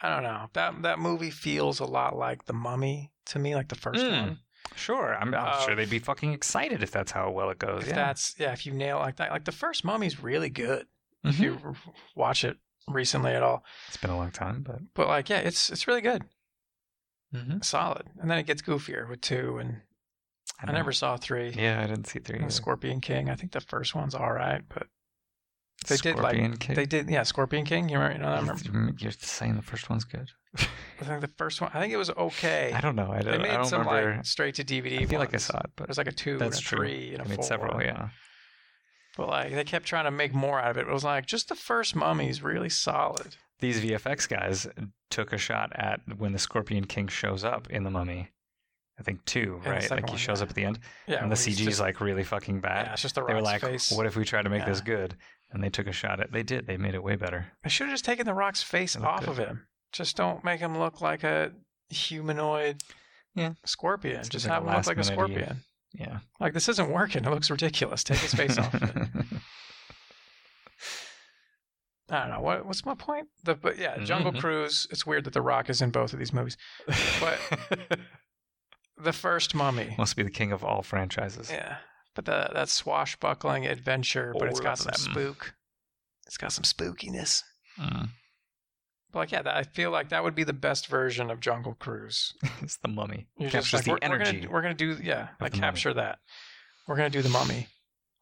I don't know. That that movie feels a lot like The Mummy to me, like the first Mm. one. Sure, I'm, I'm Uh, sure they'd be fucking excited if that's how well it goes. If yeah. that's yeah, if you nail it like that, like the first Mummy's really good. If Mhm. you r- watch it recently at all, It's been a long time, but but like yeah, it's it's really good, mm-hmm. solid. And then it gets goofier with two, and I, never saw three. Yeah, I didn't see three. And either. Scorpion King. I think the first one's all right, but they did, like, Scorpion King. they did yeah, Scorpion King. You remember? You know, I remember. You're- You're saying the first one's good. I think the first one. I think it was okay. I don't know. I They don't. made I don't some remember. like straight to DVD. I feel like I ones. saw it, but There's like a two, That's and a true. three, and a I made four. several. Yeah. But like they kept trying to make more out of it. It was like just the first Mummy's really solid. These VFX guys took a shot at when the Scorpion King shows up in the Mummy. I think two, the right? second Like he one, shows yeah. up at the end, Yeah, and where the he's CG's just- like really fucking bad. yeah, it's just the they were rock's like, face. "What if we try to make this Yeah. good?" And they took a shot at. They did. They made it way better. They should have just taken the rock's face It looked off good. of him. Just don't make him look like a humanoid Yeah. scorpion. It's Just like a have him look like a last-minute idea. scorpion. Yeah. Like this isn't working. It looks ridiculous. Take his face off. I don't know what what's my point. The, but yeah, Jungle Mhm. Cruise. It's weird that The Rock is in both of these movies. but The first Mummy. must be the king of all franchises. Yeah, but the that swashbuckling adventure, but it's All got of Oh, some mm. them. spook. It's got some spookiness. Mm. But like yeah, that, I feel like that would be the best version of Jungle Cruise. It's the mummy. You're just Captures like, the we're, we're energy. gonna we're gonna do yeah, like the mummy. capture that. We're gonna do the mummy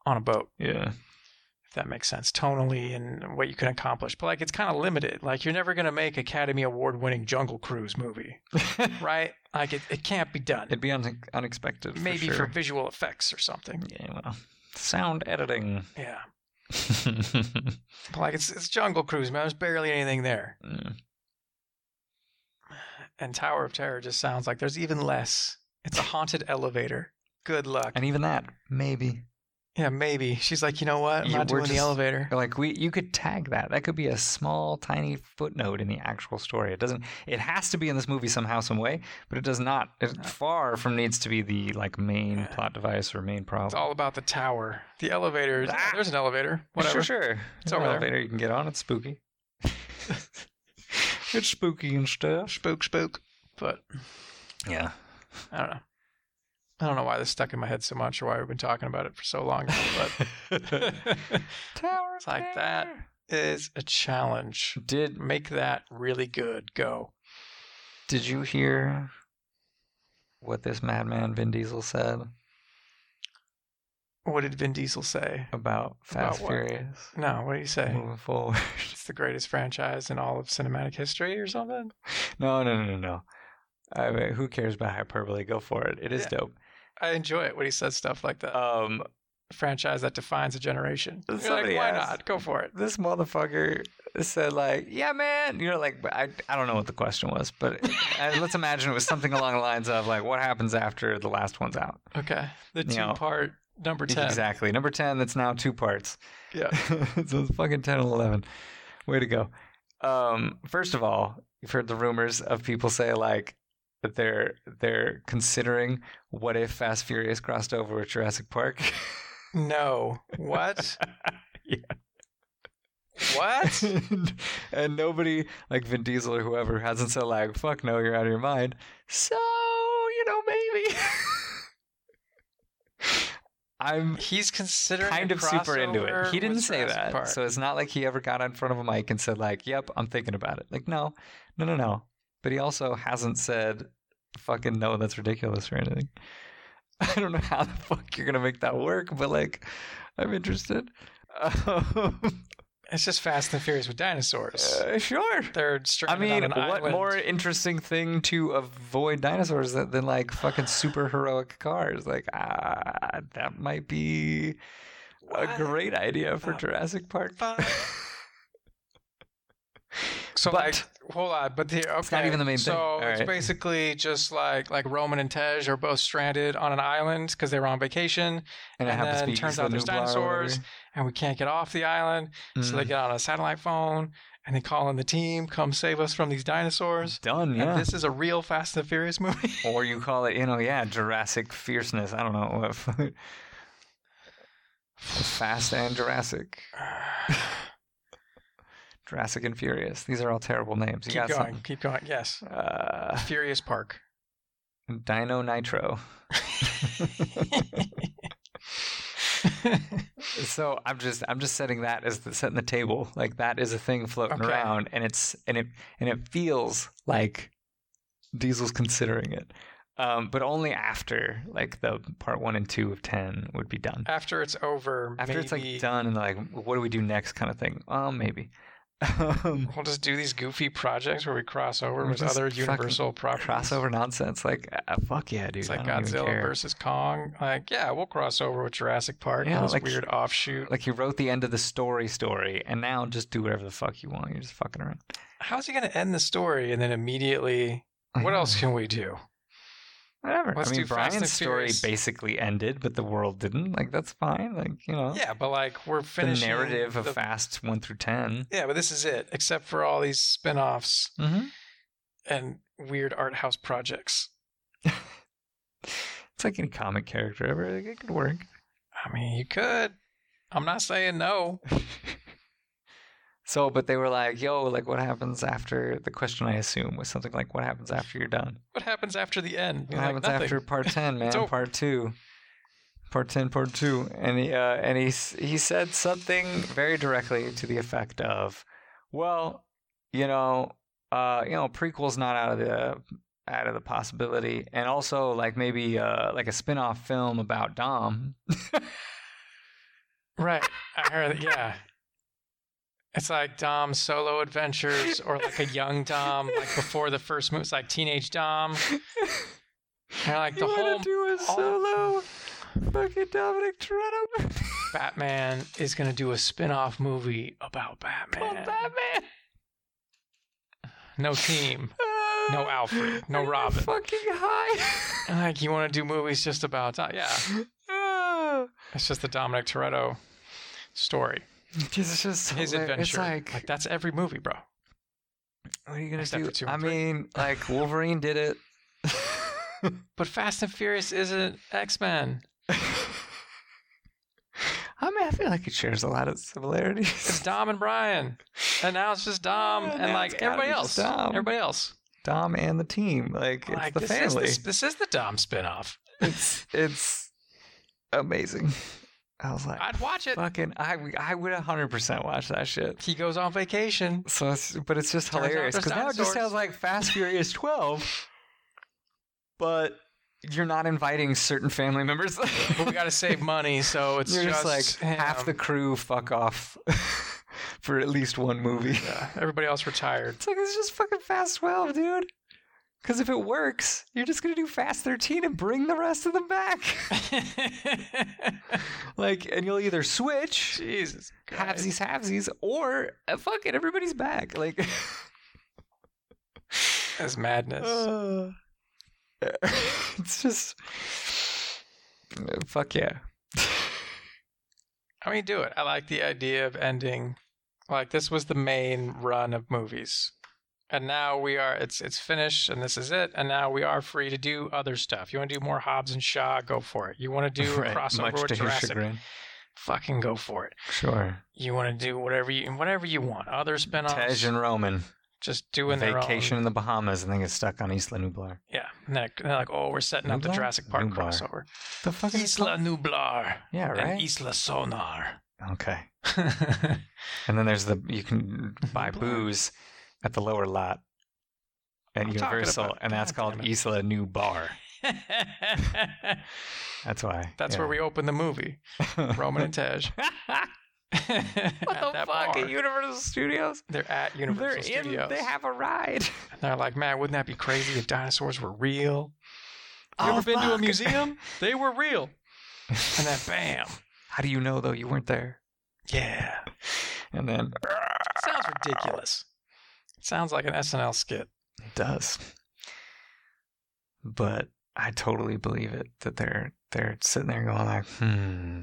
on a boat. yeah. if that makes sense tonally and what you can accomplish but like it's kind of limited like you're never going to make academy award winning jungle cruise movie right like it, it can't be done It'd be un- unexpected. maybe for, for sure. visual effects or something yeah, well, sound editing. yeah Mm. but like it's, it's jungle cruise man there's barely anything there and tower of terror just sounds like there's even less it's a haunted elevator good luck and even that, maybe. yeah maybe she's like you know what i'm Yeah, not we're doing the just- Oh. elevator Like we, you could tag that. That could be a small, tiny footnote in the actual story. It doesn't. It has to be in this movie somehow, some way, but it does not. It far from needs to be the like main Uh, Yeah. plot device or main problem. it's all about the tower the elevator is- Ah! there's an elevator whatever Sure, sure. It's An over there. elevator you can get on. It's spooky. it's spooky and stuff. spook spook but Yeah. I don't know. I don't know why this stuck in my head so much or why we've been talking about it for so long. But tower It's like that. It's a challenge. Did Make that really good. Go. did you hear what this madman Vin Diesel said What did Vin Diesel say? about Fast what? Furious No, what did he say? moving forward? It's the greatest franchise in all of cinematic history or something? no, no, no, no, no. I mean, who cares about hyperbole? Go for it. It is Yeah. dope. I enjoy it when he says stuff like that. Um, franchise that defines a generation. You're like, somebody why asked- not? Go for it. this motherfucker said like, "Yeah, man," you know, like but I, I don't know what the question was, but and let's imagine it was something along the lines of like, "What happens after the last one's out?" Okay. The You know, two part number 10. Exactly. Number ten. That's now two parts. Yeah. so it's fucking ten and eleven. Way to go. Um, first of all, you've heard the rumors of people say like that they're they're considering what if Fast Furious crossed over with Jurassic Park. No. What? Yeah. What? and, and nobody like Vin Diesel or whoever hasn't said like, "Fuck no, you're out of your mind." So you know, maybe. I'm He's considering kind a of super into it. crossover He didn't with say Jurassic that, Park. so it's not like he ever got in front of a mic and said like, "Yep, I'm thinking about it." Like, no, no, no, no. But he also hasn't said, "Fucking no, that's ridiculous" or anything. I don't know how the fuck you're gonna make that work, but like, I'm interested. Um, it's just Fast and Furious with dinosaurs. uh, sure. They're stranded I mean, on an what island. more interesting thing to avoid dinosaurs than, than like fucking super heroic cars? Like, ah, that might be What? a great idea for the Jurassic Park. fuck? So but- like, hold on, but here, okay. It's not even the main thing. So All it's right. basically just like like Roman and Tej are both stranded on an island because they were on vacation, And it And happens to then be turns Isla out there's Nublar or dinosaurs, whatever. and we can't get off the island, so they Mm. get on a satellite phone and they call in the team, come save us from these dinosaurs. Mm, done, yeah. And this is a real Fast and the Furious movie. or you call it, you know, yeah, Jurassic fierceness. I don't know what. fu- Fast and Jurassic, Jurassic and Furious. These are all terrible names. You keep got going, keep going. Yes, something. Uh, Furious Park. Dino Nitro. So I'm just I'm just setting that as the, setting the table. Like that is a thing floating Okay. around, and it's and it and it feels like Diesel's considering it, um, but only after like the part one and two of ten would be done. After it's over, After Uh, maybe it's like done and like what do we do next kind of thing. Well, maybe. Um, we'll just do these goofy projects where we cross over We'll with just other fucking Universal properties. crossover nonsense. Like uh, fuck yeah, dude. It's I like don't even Godzilla care. versus Kong. Like, yeah, we'll cross over with Jurassic Park Yeah, and this like- weird offshoot. Like he wrote the end of the story story, and now just do whatever the fuck you want. You're just fucking around. How's he going to end the story and then immediately? What else can we do? Whatever. Let's I mean, do Fast Brian's and story Furious. basically ended, but the world didn't. Like that's fine. Like you know, Yeah, but like we're the finishing narrative of the- Fast one through 10 Yeah, but this is it, except for all these spin offs Mm-hmm. and weird art house projects. It's like any comic character ever. Like, it could work. I mean, you could. I'm not saying no. So, but they were like, yo, like what happens after the question I assume was something like, what happens after you're done? What happens after the end? What Like, happens nothing. after part 10, man? It's over. Part 2. Part 10, part 2. And he, uh, and he, s- he said something very directly to the effect of, well, you know, uh, you know, prequel's not out of the out of the possibility and also like maybe uh like a spin-off film about Dom Right. I heard that. Yeah. It's like Dom solo adventures or like a young Dom, like before the first movie. It's like teenage Dom. And like the you whole want to do a all- solo fucking Dominic Toretto Batman is going to do a spin off movie about Batman. called Batman? No team. No Alfred, no I'm Robin. Fucking high. And like you want to do movies just about Dom. Yeah. Ah. It's just the Dominic Toretto story, it's just his hilar- adventure. It's like, that's every movie, bro. what are you gonna except do? for two I and three. mean, like Wolverine did it. But Fast and Furious isn't X Men. I mean, I feel like it shares a lot of It's similarities. Dom and Brian, and now it's just Dom Yeah, and, now it's like gotta everybody be just else. Dom. Everybody else. Dom and the team, like, like it's the this family. is the, this is the Dom spinoff. it's it's amazing. I was like, I'd watch it. fucking, I I would hundred percent watch that shit. He goes on vacation. So, it's, but it's just Turns out hilarious there's because now it just dinosaurs. sounds like Fast Furious 12, but you're not inviting certain family members. But we gotta save money, so it's you're just, like um, him. half the crew fuck off for at least one movie. Yeah, everybody else retired. It's like it's just fucking Fast 12, dude. Because if it works, you're just gonna do Fast 13 and bring the rest of them back. like, and you'll either switch Jesus, Christ. halvesies, halvesies, or uh, fuck it, everybody's back. Like. that's madness. Uh, it's just Uh, fuck yeah. I mean, do it. I like the idea of ending. Like this was the main run of movies, and now we are. It's it's finished, and this is it. And now we are free to do other stuff. You want to do more Hobbs and Shaw? Go for it. You want to do a crossover with Jurassic? Fucking go for it. Sure. You want to do whatever you whatever you want. Other spinoffs, Tej and Roman just doing their vacation own. in the Bahamas and then get stuck on Isla Nublar. Yeah, and they're, they're like, oh, we're setting up the Nublar? Jurassic Park Nublar. crossover. The fuck is Isla Nublar yeah and right Isla Sonar. okay. And then there's the you can buy Nublar. booze at the lower lot at I'm talking Universal, about- and that's God damn called it. Isla New Bar. That's why. That's where we open the movie. Roman and Tej. what the fuck Bar. at Universal Studios? They're at Universal They're Studios. in. They have a ride. and they're like, man, wouldn't that be crazy if dinosaurs were real? You Oh, ever been to a fuck. museum? They were real. And then bam. How do you know though? You weren't there. Yeah. And then Sounds ridiculous. Sounds like an SNL skit. it does. But I totally believe it that they're they're sitting there going like, hmm,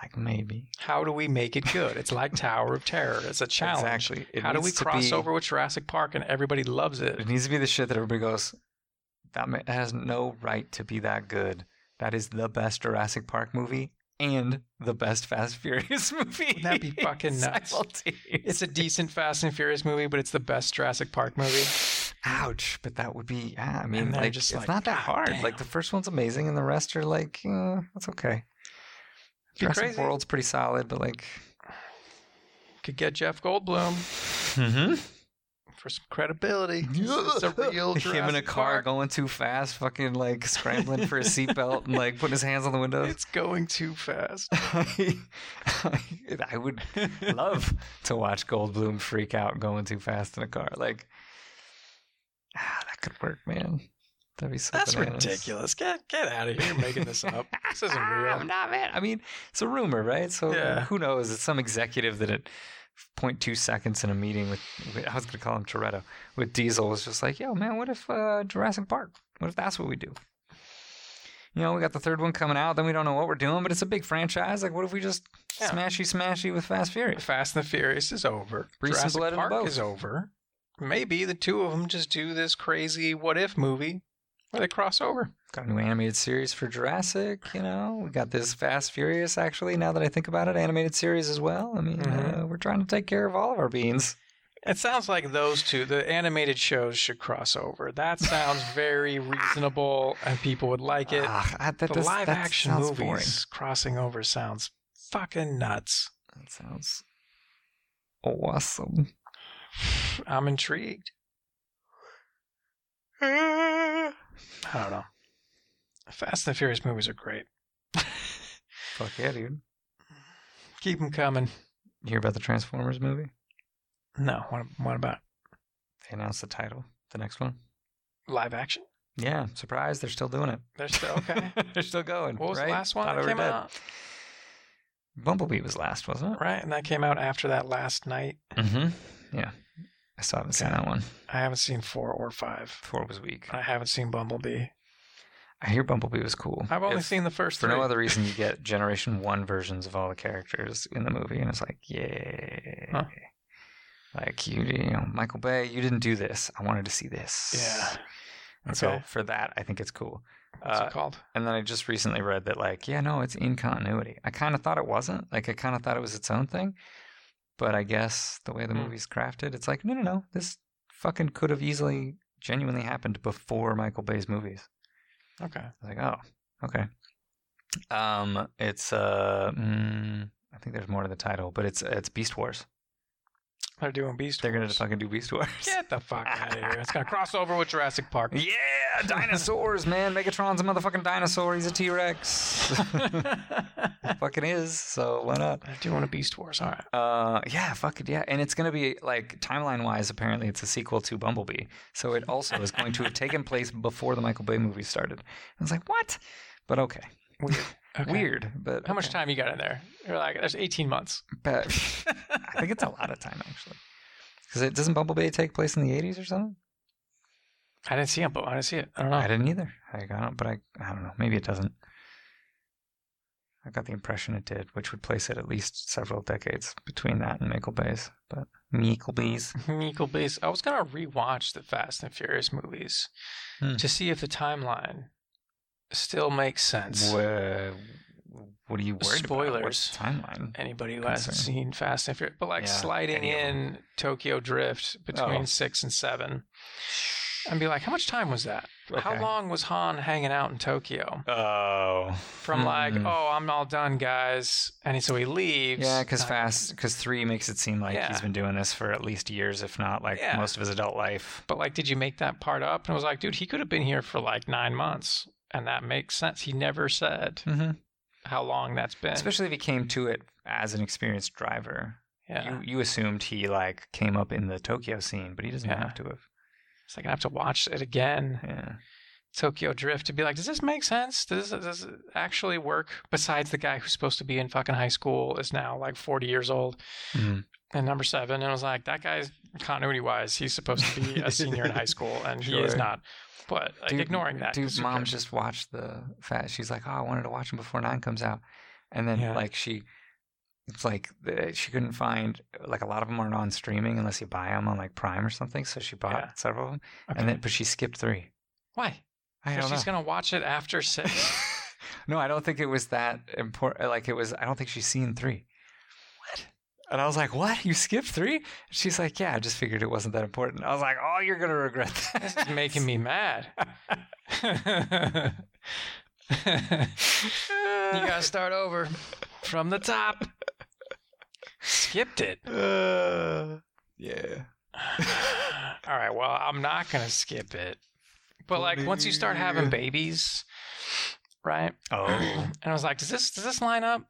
like maybe How do we make it good? It's like Tower of Terror. It's a challenge. Exactly. It How do we needs to cross be- over with Jurassic Park and everybody loves It it? needs to be the shit that everybody goes. That ma- has no right to be that good. That is the best Jurassic Park movie and the best Fast Furious movie. Wouldn't that be fucking nuts? It's a decent Fast and Furious movie, but it's the best Jurassic Park movie. Ouch! But that would be yeah. I mean, they're like just it's like, not that "God hard. Like damn." the first one's amazing, and the rest are like eh, that's okay. Be Jurassic crazy. World's pretty solid, but like, Could get Jeff Goldblum. mm-hmm. for some credibility. It's a real him in a Jurassic car Park. going too fast, fucking like scrambling for a seatbelt and like putting his hands on the windows. It's going too fast. I, I would love to watch Goldblum freak out going too fast in a car. Like, ah, that could work, man. That'd be so. That's bananas. ridiculous. Get get out of here. You're making this up. This isn't I'm real. not mad. I mean, it's a rumor, right? So uh, Yeah. who knows? It's some executive that at 0.2 seconds in a meeting with, with I was going to call him Toretto, with Diesel was just like, yo, man, what if uh, Jurassic Park? What if that's what we do? You know, we got the third one coming out, then we don't know what we're doing, but it's a big franchise. Like, what if we just Yeah. smashy smashy with Fast Furious? Fast and the Furious is over. Breeze and Jurassic blood in Park both. is over. maybe the two of them just do this crazy what if movie where they cross over. Got a new animated series for Jurassic, you know. We got this Fast Furious, actually, now that I think about it, animated series as well. I mean, Mhm. uh, we're trying to take care of all of our beans. It sounds like those two, the animated shows, should cross over. That sounds very reasonable, and people would like it. Ah, I- that the does- live that action sounds movies boring. crossing over sounds fucking nuts. That sounds awesome. I'm intrigued. I don't know. Fast and the Furious movies are great. Fuck yeah, dude. Keep them coming. You hear about the Transformers movie? No, what, what about They announced the title. The next one. live action? Yeah, surprise! They're still doing it. They're still okay. they're still going. What was the right? last one Thought that we were came dead. out? Bumblebee was last, wasn't right, and that came out after that last night. it? Mm-hmm. Yeah, I still haven't seen Okay. that one. I haven't seen four or five. Four was weak. I haven't seen Bumblebee. I hear Bumblebee was cool. I've only If- seen the first For three. no other reason, you get Generation One versions of all the characters in the movie, and it's like, yay! Huh. Like you, you know, Michael Bay, you didn't do this. I wanted to see this. yeah, And so okay. for that, I think it's cool. what's Uh, it called? And then I just recently read that, like, yeah, no, it's in continuity. I kind of thought it wasn't. Like, I kind of thought it was its own thing. But I guess the way the Hmm. movie's crafted, it's like, no, no, no. This fucking could have easily, genuinely happened before Michael Bay's movies. Okay, I was like, oh, okay. Um, it's uh, mm, I think there's more to the title, but it's it's Beast Wars. they're doing Beast. They're gonna Wars. fucking do Beast Wars. Get the fuck out of here! It's gonna cross over with Jurassic Park. Yeah, dinosaurs, man. Megatron's a motherfucking dinosaur. He's a T Rex. they're fucking is. So why not? doing a Beast Wars. All right. Uh, yeah, fuck it, yeah. And it's gonna be like timeline wise. Apparently, it's a sequel to Bumblebee, so it also is going to have taken place before the Michael Bay movie started. I was like, what? But okay, Weird. Okay. weird. But How much okay. time you got in there? You're like, there's 18 months. But I think it's a lot of time actually, because it doesn't Bumblebee take place in the '80s or something? I didn't see him, but I didn't see it. I don't know. I didn't either. I got it, but I I don't know. Maybe it doesn't. I got the impression it did, which would place it at least several decades between that and Michael Bay's. But Michael Bay's. Michael Bay's. I was gonna rewatch the Fast and Furious movies Hmm. to see if the timeline still makes sense. Wha- what are you worried about? What's the Spoilers. timeline? Anybody who hasn't Concern. seen Fast and Furious, but like Yeah, sliding any of in Tokyo Drift between Oh. six and seven, and be like, how much time was that? How Okay. long was Han hanging out in Tokyo? Oh, From like, oh, I'm all done, guys, and so he leaves. yeah, because Uh, fast, because three makes it seem like Yeah. he's been doing this for at least years, if not like Yeah. most of his adult life. But like, did you make that part up? And I was like, dude, he could have been here for like nine months, and that makes sense. He never said Mm-hmm. how long that's been. Especially if he came to it as an experienced driver. yeah. You you assumed he like came up in the Tokyo scene, but he doesn't Yeah. have to have. It's like I have to watch it again, Yeah. Tokyo Drift, to be like, does this make sense? Does this, does this actually work? Besides the guy who's supposed to be in fucking high school is now like 40 years old Mhm. and number seven. And I was like, that guy's continuity wise, he's supposed to be a senior in high school and he is Sure. not. But like Dude, ignoring that. Dude, 'cause who mom cares? just watched the fat. She's like, oh, I wanted to watch him before nine comes out, and then Yeah. like she, it's like the, she couldn't find like a lot of them aren't on streaming unless you buy them on like Prime or something. So she bought Yeah. several of them, Okay. and then but she skipped three. Why? I Because don't know. she's going to watch it after six. no, I don't think it was that important. Like it was, I don't think she's seen three. What? And I was like, "What? You skipped three? She's like, "Yeah, I just figured it wasn't that important." I was like, "Oh, you're gonna regret that." This is making me mad. You gotta start over from the top. Skipped it. Uh, yeah. All right. Well, I'm not gonna skip it. But like once you start having babies, right? Oh. And I was like, does this does this line up?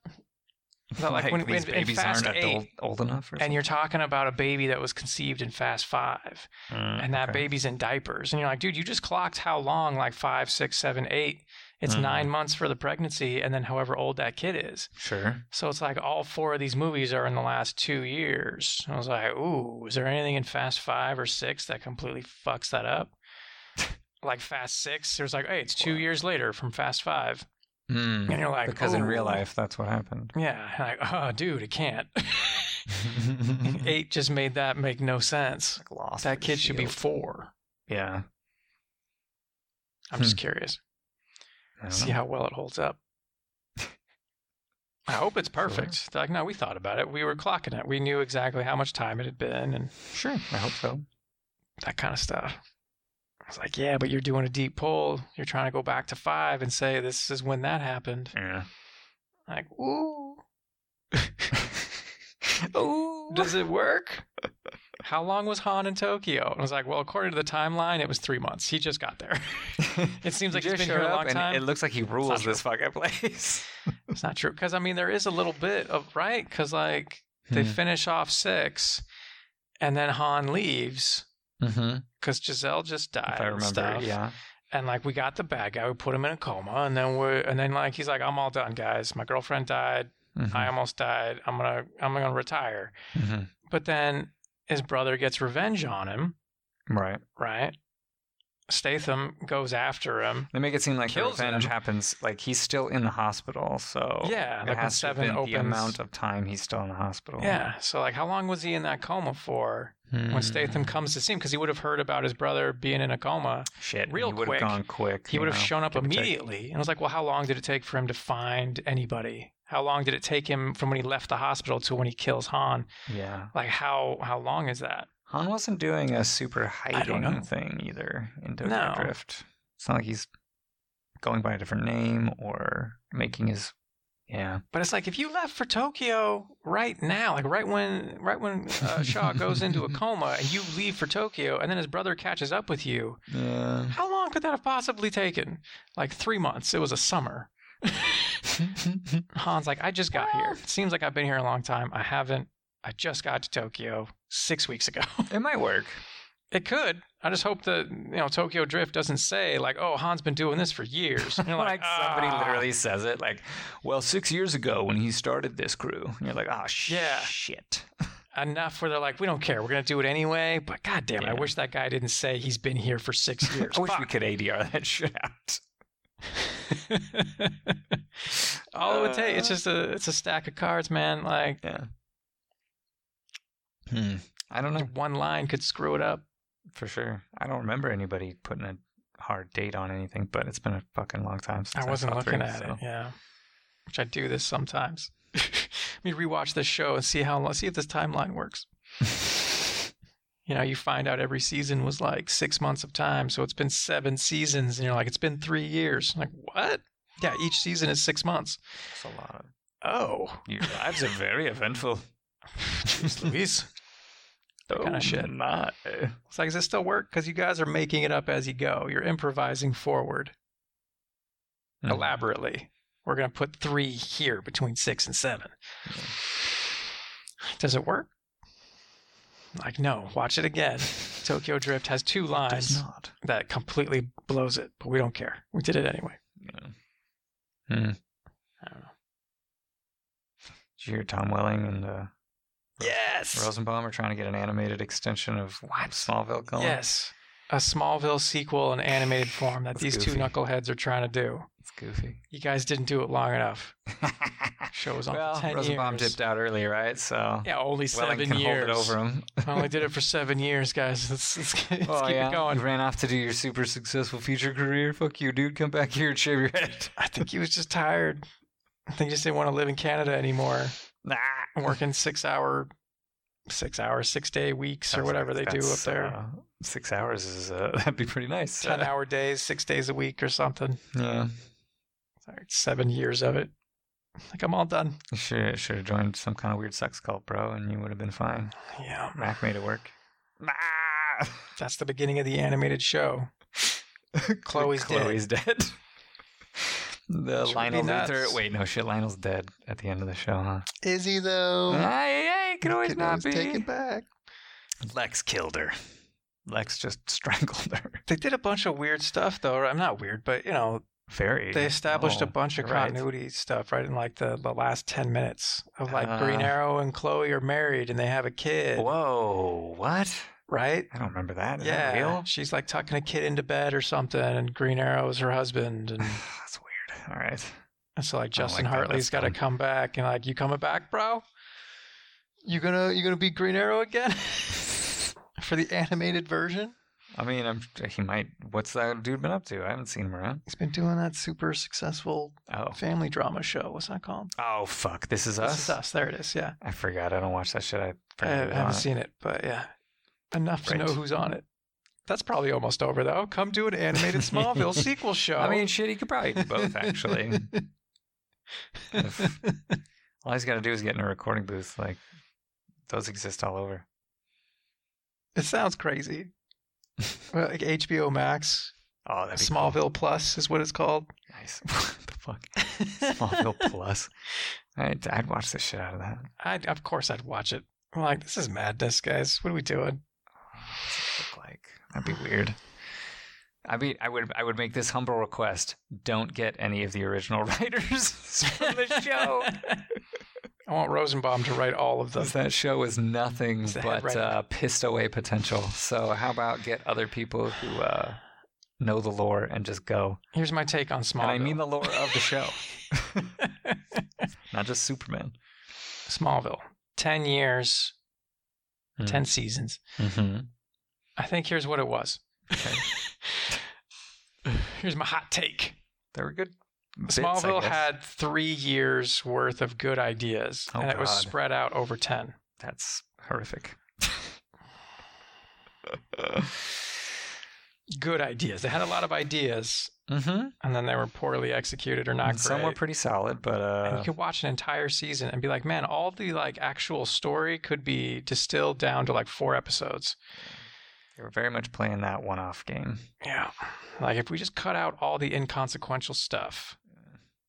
But like, when, when these in babies Fast aren't Eight, adult, old enough or and you're talking about a baby that was conceived in Fast Five, something? Mm, and that okay. baby's in diapers, and you're like, dude, you just clocked how long? Like five, six, seven, eight. It's Mhm. nine months for the pregnancy, and then however old that kid is. Sure. So it's like all four of these movies are in the last two years. I was like, ooh, is there anything in Fast Five or Six that completely fucks that up? like Fast Six, there's like, hey, it's two Wow. years later from Fast Five. Mm. and you're like, because in "Ooh." real life, that's what happened. yeah, like oh, dude, it can't. Eight just made that make no sense. Lost That kid should be four. Yeah. I'm just curious. Hmm. I don't See know. how well it holds up. I hope it's perfect. They're Like, no, we thought about it. We were clocking it. We knew exactly how much time it had been and Sure. I hope so. that kind of stuff. I was like, yeah, but you're doing a deep pull. You're trying to go back to five and say this is when that happened. Yeah. Like, ooh. ooh. Does it work? How long was Han in Tokyo? And I was like, well, according to the timeline, it was three months. He just got there. It seems He like he's just been showed here a up long and time. It looks like he rules true. this fucking place. It's not true because I mean there is a little bit of right because like Hmm. they finish off six, and then Han leaves mm-hmm. because Giselle just died. If I and remember, stuff. yeah. And like we got the bad guy, we put him in a coma, and then we're and then like he's like, I'm all done, guys. My girlfriend died. Mhm. I almost died. I'm gonna I'm gonna retire. Mhm. But then his brother gets revenge on him, Right. right? Statham goes after him. They make it seem like the Kills revenge him. happens like he's still in the hospital, so yeah, it like when has to have seven been opens. the amount of time he's still in the hospital. yeah, so like how long was he in that coma for? when Hmm. Mm. Statham comes to see him because he would have heard about his brother being in a coma. shit, real he would quick, have gone quick. He you would have know, shown up double check. immediately. And I was like, well, how long did it take for him to find anybody? How long did it take him from when he left the hospital to when he kills Han? Yeah, Like, how how long is that? Han wasn't doing a super know. hiding thing either in Tokyo No. Drift. It's not like he's going by a different name or making his. Yeah, But it's like if you left for Tokyo right now, like right when right when uh, Shaw goes into a coma and you leave for Tokyo, and then his brother catches up with you, yeah. how long could that have possibly taken? Like three months. It was a summer. Han's like, I just got here. It seems like I've been here a long time. I haven't. I just got to Tokyo six weeks ago. it might work. it could. I just hope that you know Tokyo Drift doesn't say like, "Oh, Han's been doing this for years." And you're like, like, somebody "Ah." literally says it like, well, six years ago when he started this crew. And you're like, oh, Yeah. shit. enough where they're like, "We don't care. We're gonna do it anyway." But goddamn, it, I Yeah. wish that guy didn't say he's been here for six years. I wish we Oh, Fuck. could ADR that shit out. All it would take, Uh, it's just a it's a stack of cards, man. Like Yeah. Hmm. I don't know one line could screw it up. for sure. I don't remember anybody putting a hard date on anything, but it's been a fucking long time since I wasn't saw looking three, at so. it. Yeah, which I do this sometimes. Let me rewatch this show and see how long, see if this timeline works. You know, you find out every season was like six months of time, so it's been seven seasons, and you're like, it's been three years. I'm like, what? Yeah, each season is six months. It's a lot. Of, Oh, your lives are very eventful. jeez, Louise. That kind of shit. Oh My. It's like, does this still work? Because you guys are making it up as you go. You're improvising forward Mhm. elaborately. We're gonna put three here between six and seven. Does it work? Like, no, watch it again. Tokyo Drift has two Does lines not. that completely blows it, but we don't care. We did it anyway. Yeah. Hmm. I don't know. Did you hear Tom Welling and uh, Yes. Rosenbaum are trying to get an animated extension of what Smallville going? Yes. A Smallville sequel in animated form that That's these two goofy. knuckleheads are trying to do. It's goofy. You guys didn't do it long enough. Show was on well, for 10 Rosenbaum years. dipped out early, right? So Yeah, only Welling seven can years. hold it over him. I only did it for seven years, guys. Let's, let's, let's Oh, keep yeah. it going. You ran off to do your super successful future career. Fuck you, dude. Come back here and shave your head. I think he was just tired. I think he just didn't want to live in Canada anymore. Nah. Working six hour, six hour, six day weeks or whatever they do up That's, there. uh, six hours is uh, that'd be pretty nice. 10 Uh, hour days, six days a week or something. Yeah. Sorry, seven years of it. Like, I'm all done. You should should have joined some kind of weird sex cult, bro, and you would have been fine. Yeah. Mac made it work. That's the beginning of the animated show. Chloe's dead. Chloe's dead. the Which would be Lionel Luther. nuts. Wait, no shit. Lionel's dead at the end of the show, huh? Is he though? Hey, hey, could always Could not always be. Take it back. Lex killed her. Lex just strangled her. They did a bunch of weird stuff, though. I'm not weird, but you know, Very. they established a Oh, bunch of right. continuity stuff right in like the, the last 10 minutes of like Green Ah. Arrow and Chloe are married and they have a kid, Whoa, what? right? I don't remember that. Is yeah. that real? She's like tucking a kid into bed or something, and Green Arrow is her husband. And That's weird. All right. And so like Justin like that. Hartley's Oh That's got to dumb. come back and like you coming back, bro? You gonna you gonna be Green Arrow again for the animated version? I mean, I'm, he might. What's that dude been up to? I haven't seen him around. He's been doing that super successful Oh, family drama show. What's that called? oh, fuck! This is us. This is us. There it is. Yeah, I forgot. I don't watch that shit. I, I forgot haven't about it. seen it, but yeah, enough Right. to know who's on it. That's probably almost over though. Come do an animated Smallville sequel show. I mean, shit. He could probably do both actually. If- all he's got to do is get in a recording booth. Like those exist all over. it sounds crazy. Well, like HBO Max, Oh, that'd be cool. Smallville Plus is what it's called. Nice. what the fuck? Smallville Plus. I'd, I'd watch the shit out of that. I'd, of course, I'd watch it. I'm like, this is madness, guys. What are we doing? What's it look like? That'd be weird. I mean, I would I would make this humble request: don't get any of the original writers from the show. I want Rosenbaum to write all of them. 'Cause that show is nothing It's the head but writer. uh, pissed away potential. So how about get other people who uh, know the lore and just go? Here's my take on Smallville. And I mean the lore of the show, not just Superman. Smallville. 10 years, Hmm. 10 seasons. Mm-hmm. I think here's what it was. Okay. Here's my hot take. There were good. bits, I Smallville guess. had three years worth of good ideas, Oh, and it was God. spread out over 10. That's horrific. Good ideas. They had a lot of ideas, mm-hmm. and then they were poorly executed or not And great. Some were pretty solid, but and uh, you could watch an entire season and be like, man, all the like actual story could be distilled down to like four episodes. they were very much playing that one-off game. Yeah. Like if we just cut out all the inconsequential stuff,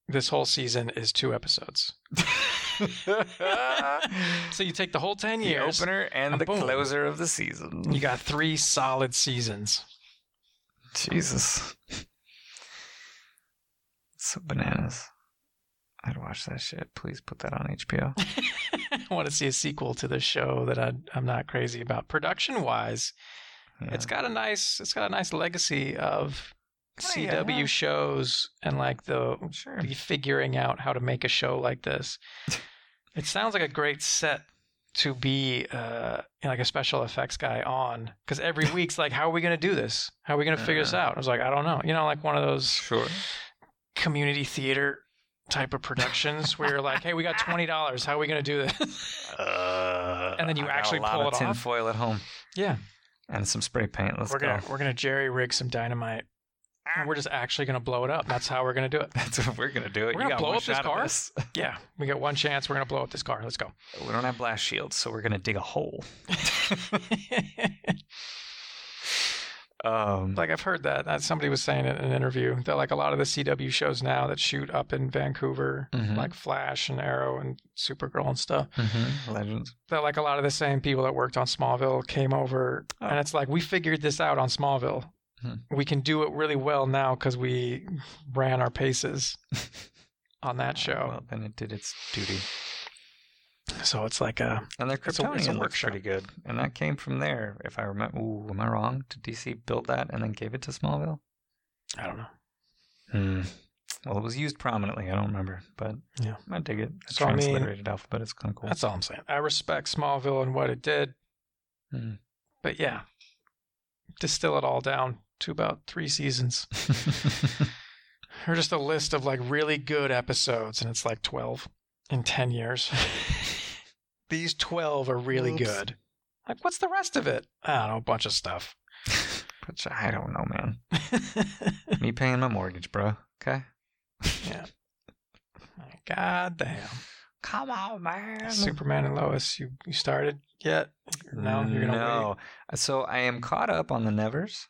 this whole season is two episodes. the So you take the whole 10 years, opener and and the boom. closer of the season. you got three solid seasons. Jesus, so bananas. I'd watch that shit. Please put that on HBO. I want to see a sequel to this show that I, I'm not crazy about. Production wise, Yeah. it's got a nice it's got a nice legacy of Oh, yeah. CW shows and like the sure. be figuring out how to make a show like this. it sounds like a great set to be uh, like a special effects guy on because every week's like, how are we going to do this? How are we going to figure this out? I was like, I don't know. You know, like one of those Sure. community theater type of productions where you're like, hey, we got twenty dollars. How are we going to do this? Uh, And then you I got actually a lot pull of it off? tinfoil at home yeah, and some spray paint. Let's we're gonna go. we're gonna jerry rig some dynamite. And we're just actually gonna blow it up. That's how we're gonna do it. That's what we're gonna do. It. We're you gonna got blow one up this shot at car? This. Yeah, we got one chance. We're gonna blow up this car. Let's go. We don't have blast shields, so we're gonna dig a hole. Um, Like I've heard that that somebody was saying it in an interview that like a lot of the CW shows now that shoot up in Vancouver, Mhm. like Flash and Arrow and Supergirl and stuff, mhm, legends. that like a lot of the same people that worked on Smallville came over, Oh. and it's like we figured this out on Smallville. Hmm. We can do it really well now because we ran our paces on that show. Well, then it did its duty, So it's like a and their It's a- Kryptonian it's a looks workshop. pretty good, and that came from there. If I remember, ooh, am I wrong? Did DC build that and then gave it to Smallville? I don't know. Hmm. Well, it was used prominently. I don't remember, but Yeah. I dig it. The So, I mean- transliterated alphabet is kind of cool. That's all I'm saying. I respect Smallville and what it did, Hmm. but yeah, distill it all down to about three seasons. or just a list of like really good episodes and it's like 12 in 10 years these 12 are really Oops. good like what's the rest of it i don't know a bunch of stuff Which I don't know, man. Me paying my mortgage, bro. Okay. god damn Come on, man. superman and lois you, you started yet no you're gonna wait no. So I am caught up on the Nevers,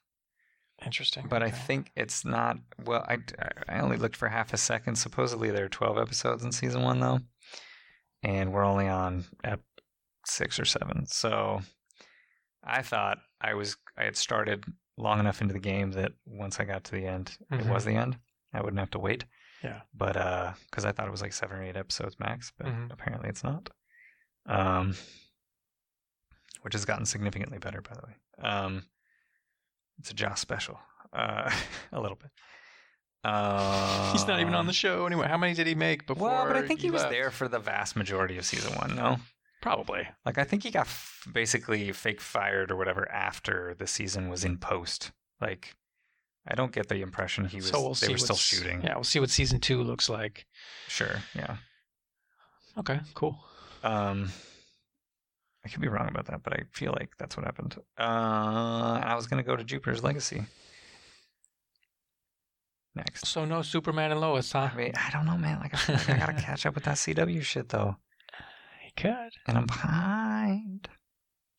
interesting but I okay. think it's not. Well, I, I only looked for half a second. Supposedly there are twelve episodes in season one, though, and we're only on ep six or seven. So I thought I was I had started long enough into the game that once I got to the end, it Mhm. was the end. I wouldn't have to wait. Yeah. But uh, because I thought it was like seven or eight episodes max, but Mhm. apparently it's not. Um, which has gotten significantly better, by the way. Um, it's a Joss special, uh, a little bit. Uh, He's not even on the show anyway. How many did he make before? Well, but I think he, was left? there for the vast majority of season one, though. Probably. Like, I think he got f- basically fake fired or whatever after the season was in post. Like, I don't get the impression he was. so we'll they see. were still what's- shooting. Yeah, we'll see what season two looks like. Sure. Yeah. Okay, cool. Um, I could be wrong about that, but I feel like that's what happened. Uh, I was gonna go to Jupiter's Legacy next. So no Superman and Lois, huh? I mean, I don't know, man. Like, I, feel like I gotta catch up with that CW shit though, He could. and I'm behind.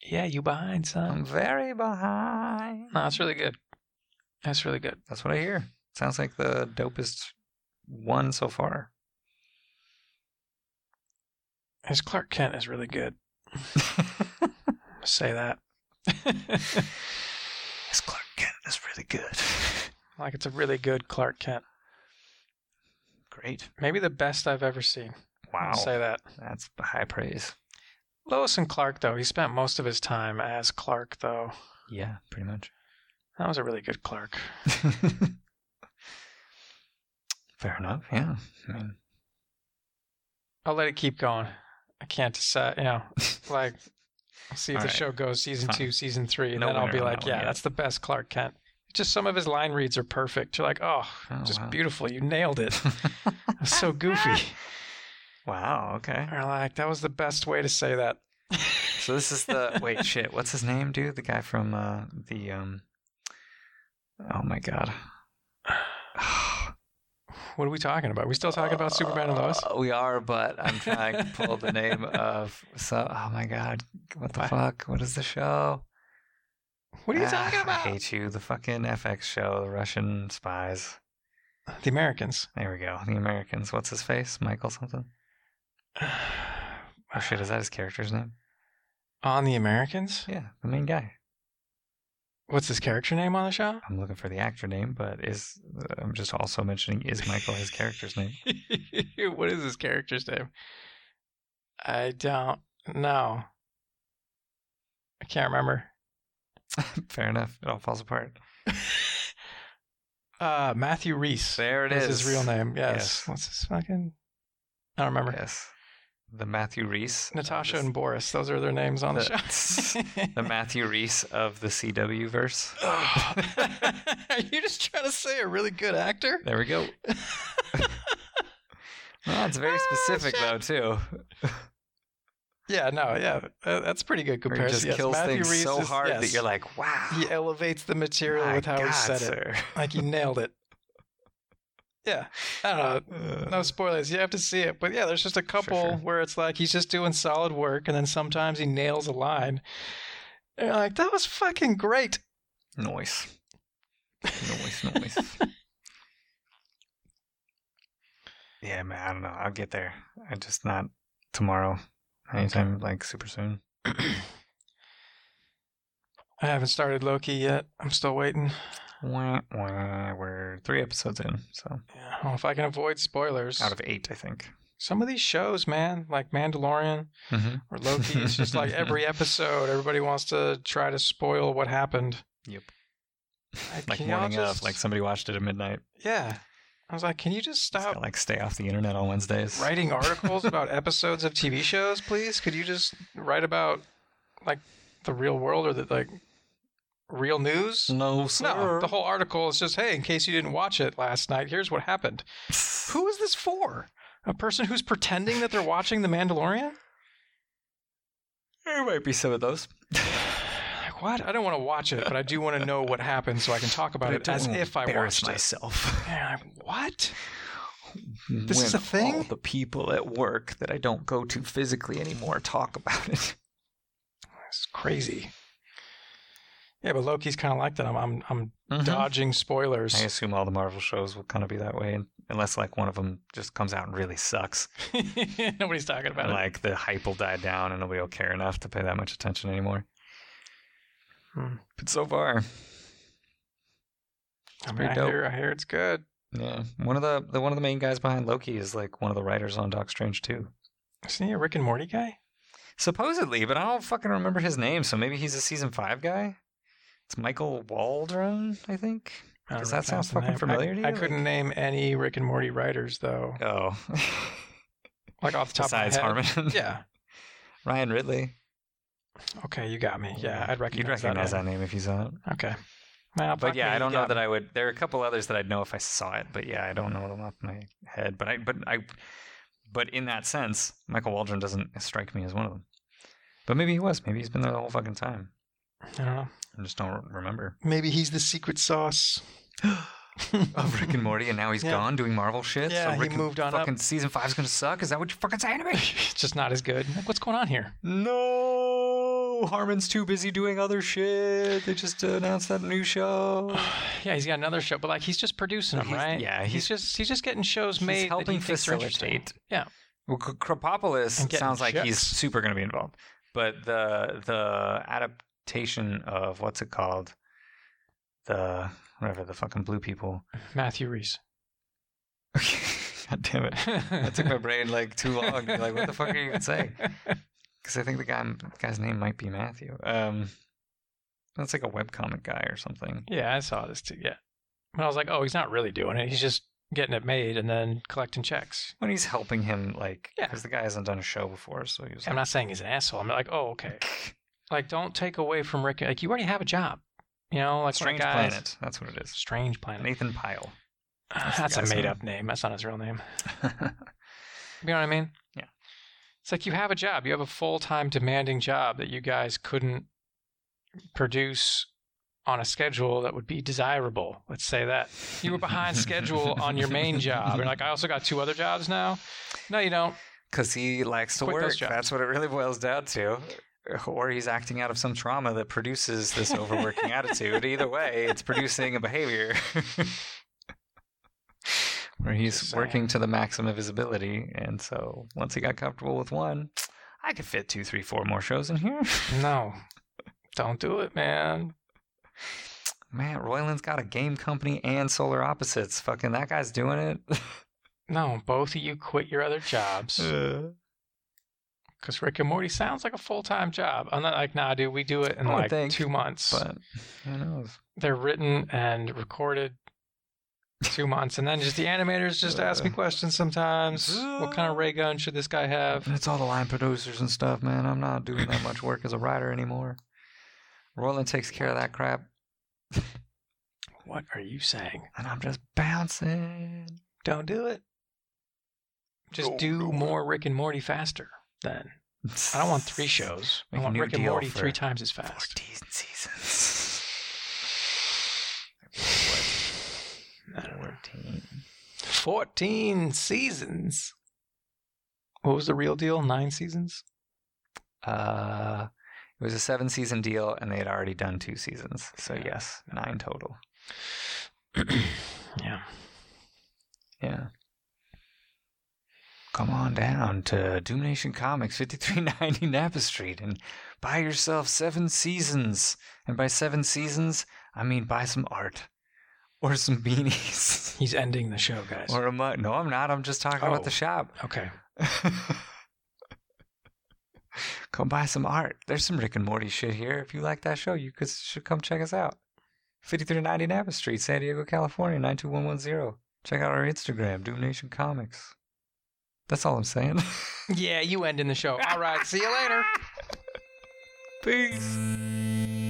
Yeah, you behind, son. I'm very behind. No, that's really good. That's really good. That's what I hear. Sounds like the dopest one so far. His Clark Kent is really good. Say that. This Clark Kent is really good. like it's a really good Clark Kent. Great. Maybe the best I've ever seen. Wow. I'll say that. That's high praise. Lois and Clark, though, he spent most of his time as Clark, though. Yeah, pretty much. That was a really good Clark. Fair enough. Yeah. I mean, I'll let it keep going. I can't decide, you know, like, I'll see if All the right. show goes season Fine. two, season three, and No then I'll winner be on like, that one yeah, yet. that's the best Clark Kent. Just some of his line reads are perfect. You're like, oh, oh, just wow. beautiful. You nailed it. It was so goofy. wow. Okay. Or like, that was the best way to say that. So this is the wait. Shit. What's his name, dude? The guy from uh, the um. Oh my god. What are we talking about? we still talking about Superman and Lois? Uh, We are, but I'm trying to pull the name of. So, oh my god, what the What? fuck? What is the show? What are you Ah, talking I about? hate you. The fucking FX show, the Russian spies. The Americans. There we go. The Americans. What's his face? Michael something. Oh shit, is that his character's name? on the Americans? Yeah, the main guy. What's his character name on the show? I'm looking for the actor name, but is I'm just also mentioning is Michael his character's name? what is his character's name? I don't know. I can't remember. Fair enough. It all falls apart. Uh, Matthew Reese. There it is is. his real name. Yes. Yes. What's his fucking? I don't remember. Yes, the Matthew Reese. of Natasha this- and Boris. Those are their names on the, The- show. the Matthew Reese of the CW verse. are you just trying to say a really good actor? There we go. Well, it's very Ah, specific shit. though too. Yeah, no, yeah, uh, that's pretty good Where he comparison. just yes. kills Matthew things Reese so is- hard that yes. you're like, wow. he elevates the material my with how he God, said it. sir. Like he nailed it. Yeah, I don't know. Uh, No spoilers. You have to see it. But yeah, there's just a couple sure. where it's like he's just doing solid work, and then sometimes he nails a line. And you're like, that was fucking great. Noise. Noise, noise. yeah, man, I don't know. I'll get there. I just not tomorrow. Anytime like super soon. I haven't started Loki yet. I'm still waiting. Wah, wah. We're three episodes in, so Yeah. Well, if I can avoid spoilers, out of eight, I think. some of these shows, man, like Mandalorian Mm-hmm. or Loki, it's just like every episode, everybody wants to try to spoil what happened. Yep. Like, Like can y'all morning just- of, like somebody watched it at midnight. Yeah. I was like, can you just Just stop gotta, like stay off the internet on Wednesdays. writing articles about episodes of TV shows, please? Could you just write about like the real world or the like real news? No, sir. No, the whole article is just, hey, in case you didn't watch it last night, here's what happened. Who is this for? A person who's pretending that they're watching The Mandalorian? There might be some of those. Like, what? I don't want to watch it, but I do want to know what happened so I can talk about But I it as don't if I embarrass watched it. myself. And I'm like, what? This is When a thing? All the people at work that I don't go to physically anymore talk about it. It's crazy. Yeah, but Loki's kind of like that. I'm, I'm, I'm Mm-hmm. dodging spoilers. I assume all the Marvel shows will kind of be that way, unless like one of them just comes out and really sucks. Nobody's talking about And, it. like the hype will die down, and nobody will care enough to pay that much attention anymore. Hmm. But so far, I, mean, pretty I dope. hear, I hear it's good. yeah, one of the, the one of the main guys behind Loki is like one of the writers on Doc Strange too. Isn't he a Rick and Morty guy? Supposedly, but I don't fucking remember his name, so maybe he's a season five guy. It's Michael Waldron, I think. I don't Does know that if sound that's the fucking name. familiar I, to you? I couldn't name any Rick and Morty writers though, Oh, like off the top besides of my head. Harmon, Yeah. Ryan Ridley. Okay, you got me. Yeah, I'd recognize, You'd recognize that. that, name if you saw it. Okay. Well, But fuck yeah, me, I you don't know got that me. I would. There are a couple others that I'd know if I saw it, but yeah, I don't know them off my head. But I, but I, but in that sense, Michael Waldron doesn't strike me as one of them. But maybe he was. Maybe he's been there the whole fucking time. I don't know. I just don't re- remember. Maybe he's the secret sauce. Of Rick and Morty, and now he's Oh, Yeah. gone doing Marvel shit. Yeah, so he Rick and moved on up. Fucking season five's gonna suck. Is that what you're fucking saying to me? it's just not as good. Like, what's going on here? No, Harmon's too busy doing other shit. They just announced that new show. yeah, he's got another show, but like he's just producing them, He's- right? yeah, he's, he's- just he's just getting shows He's made. that helping he thinks are interesting. facilitate. Yeah, Well, K- Kropopoulos And getting sounds like he's checks. super going to be involved, but the the adaptation of what's it called, the whatever the fucking blue people. Matthew Reese. God damn it! That took my brain like too long. to be Like, what the fuck are you even saying? Because I think the guy the guy's name might be Matthew. Um, that's like a webcomic guy or something. Yeah, I saw this too. Yeah, and I was like, oh, he's not really doing it. He's just getting it made and then collecting checks. When he's helping him, like, Yeah. because the guy hasn't done a show before, so he was I'm like, not saying he's an asshole. I'm like, oh, okay. Like, don't take away from Rick. Like, you already have a job. You know, like "Strange when a guy's- Planet." That's what it is. Strange planet. Nathan Pyle. That's, That's the a guy's name. made-up name. That's not his real name. You know what I mean? Yeah. It's like you have a job. You have a full time demanding job that you guys couldn't produce on a schedule that would be desirable. Let's say that. You were behind schedule on your main job. You're like, I also got two other jobs now. No, you don't. Because he likes to Quit work. those jobs. That's what it really boils down to. Or he's acting out of some trauma that produces this overworking attitude. Either way, it's producing a behavior where he's Just working to the maximum of his ability. And so once he got comfortable with one, I could fit two, three, four more shows in here. No. Don't do it, man. Man, Royland's got a game company and Solar Opposites. Fucking that guy's doing it. No, both of you quit your other jobs Uh, because Rick and Morty sounds like a full time job. I'm not like, nah, dude, we do it in I would like think, two months. but who knows? they're written and recorded two months and then just the animators just ask Uh. me questions sometimes what kind of ray gun should this guy have It's all the line producers and stuff, man. I'm not doing that much work as a writer anymore. Roland takes care of that crap, Mm-hmm. what are you saying and I'm just bouncing. don't do it just No, do no. more rick and morty faster then i don't want three shows Make i a want new rick and deal morty for three times as fast 14 seasons. I don't know. 14. 14 seasons what was the real deal nine seasons Uh, it was a seven season deal, and they had already done two seasons. So, Yeah. yes, nine total. yeah Yeah. Come on down to Doomnation Comics, 5390 Napa Street, and buy yourself seven seasons. And by seven seasons, I mean buy some art or some beanies. he's ending the show guys Or a mug. No, I'm not. I'm just talking about the Oh. shop. okay come buy some art. There's some Rick and Morty shit here. If you like that show, you could, should come check us out. 5390 Napa Street, San Diego, California, 92110. Check out our Instagram, Doomnation Comics. That's all I'm saying. yeah you ending the show all right see you later Peace.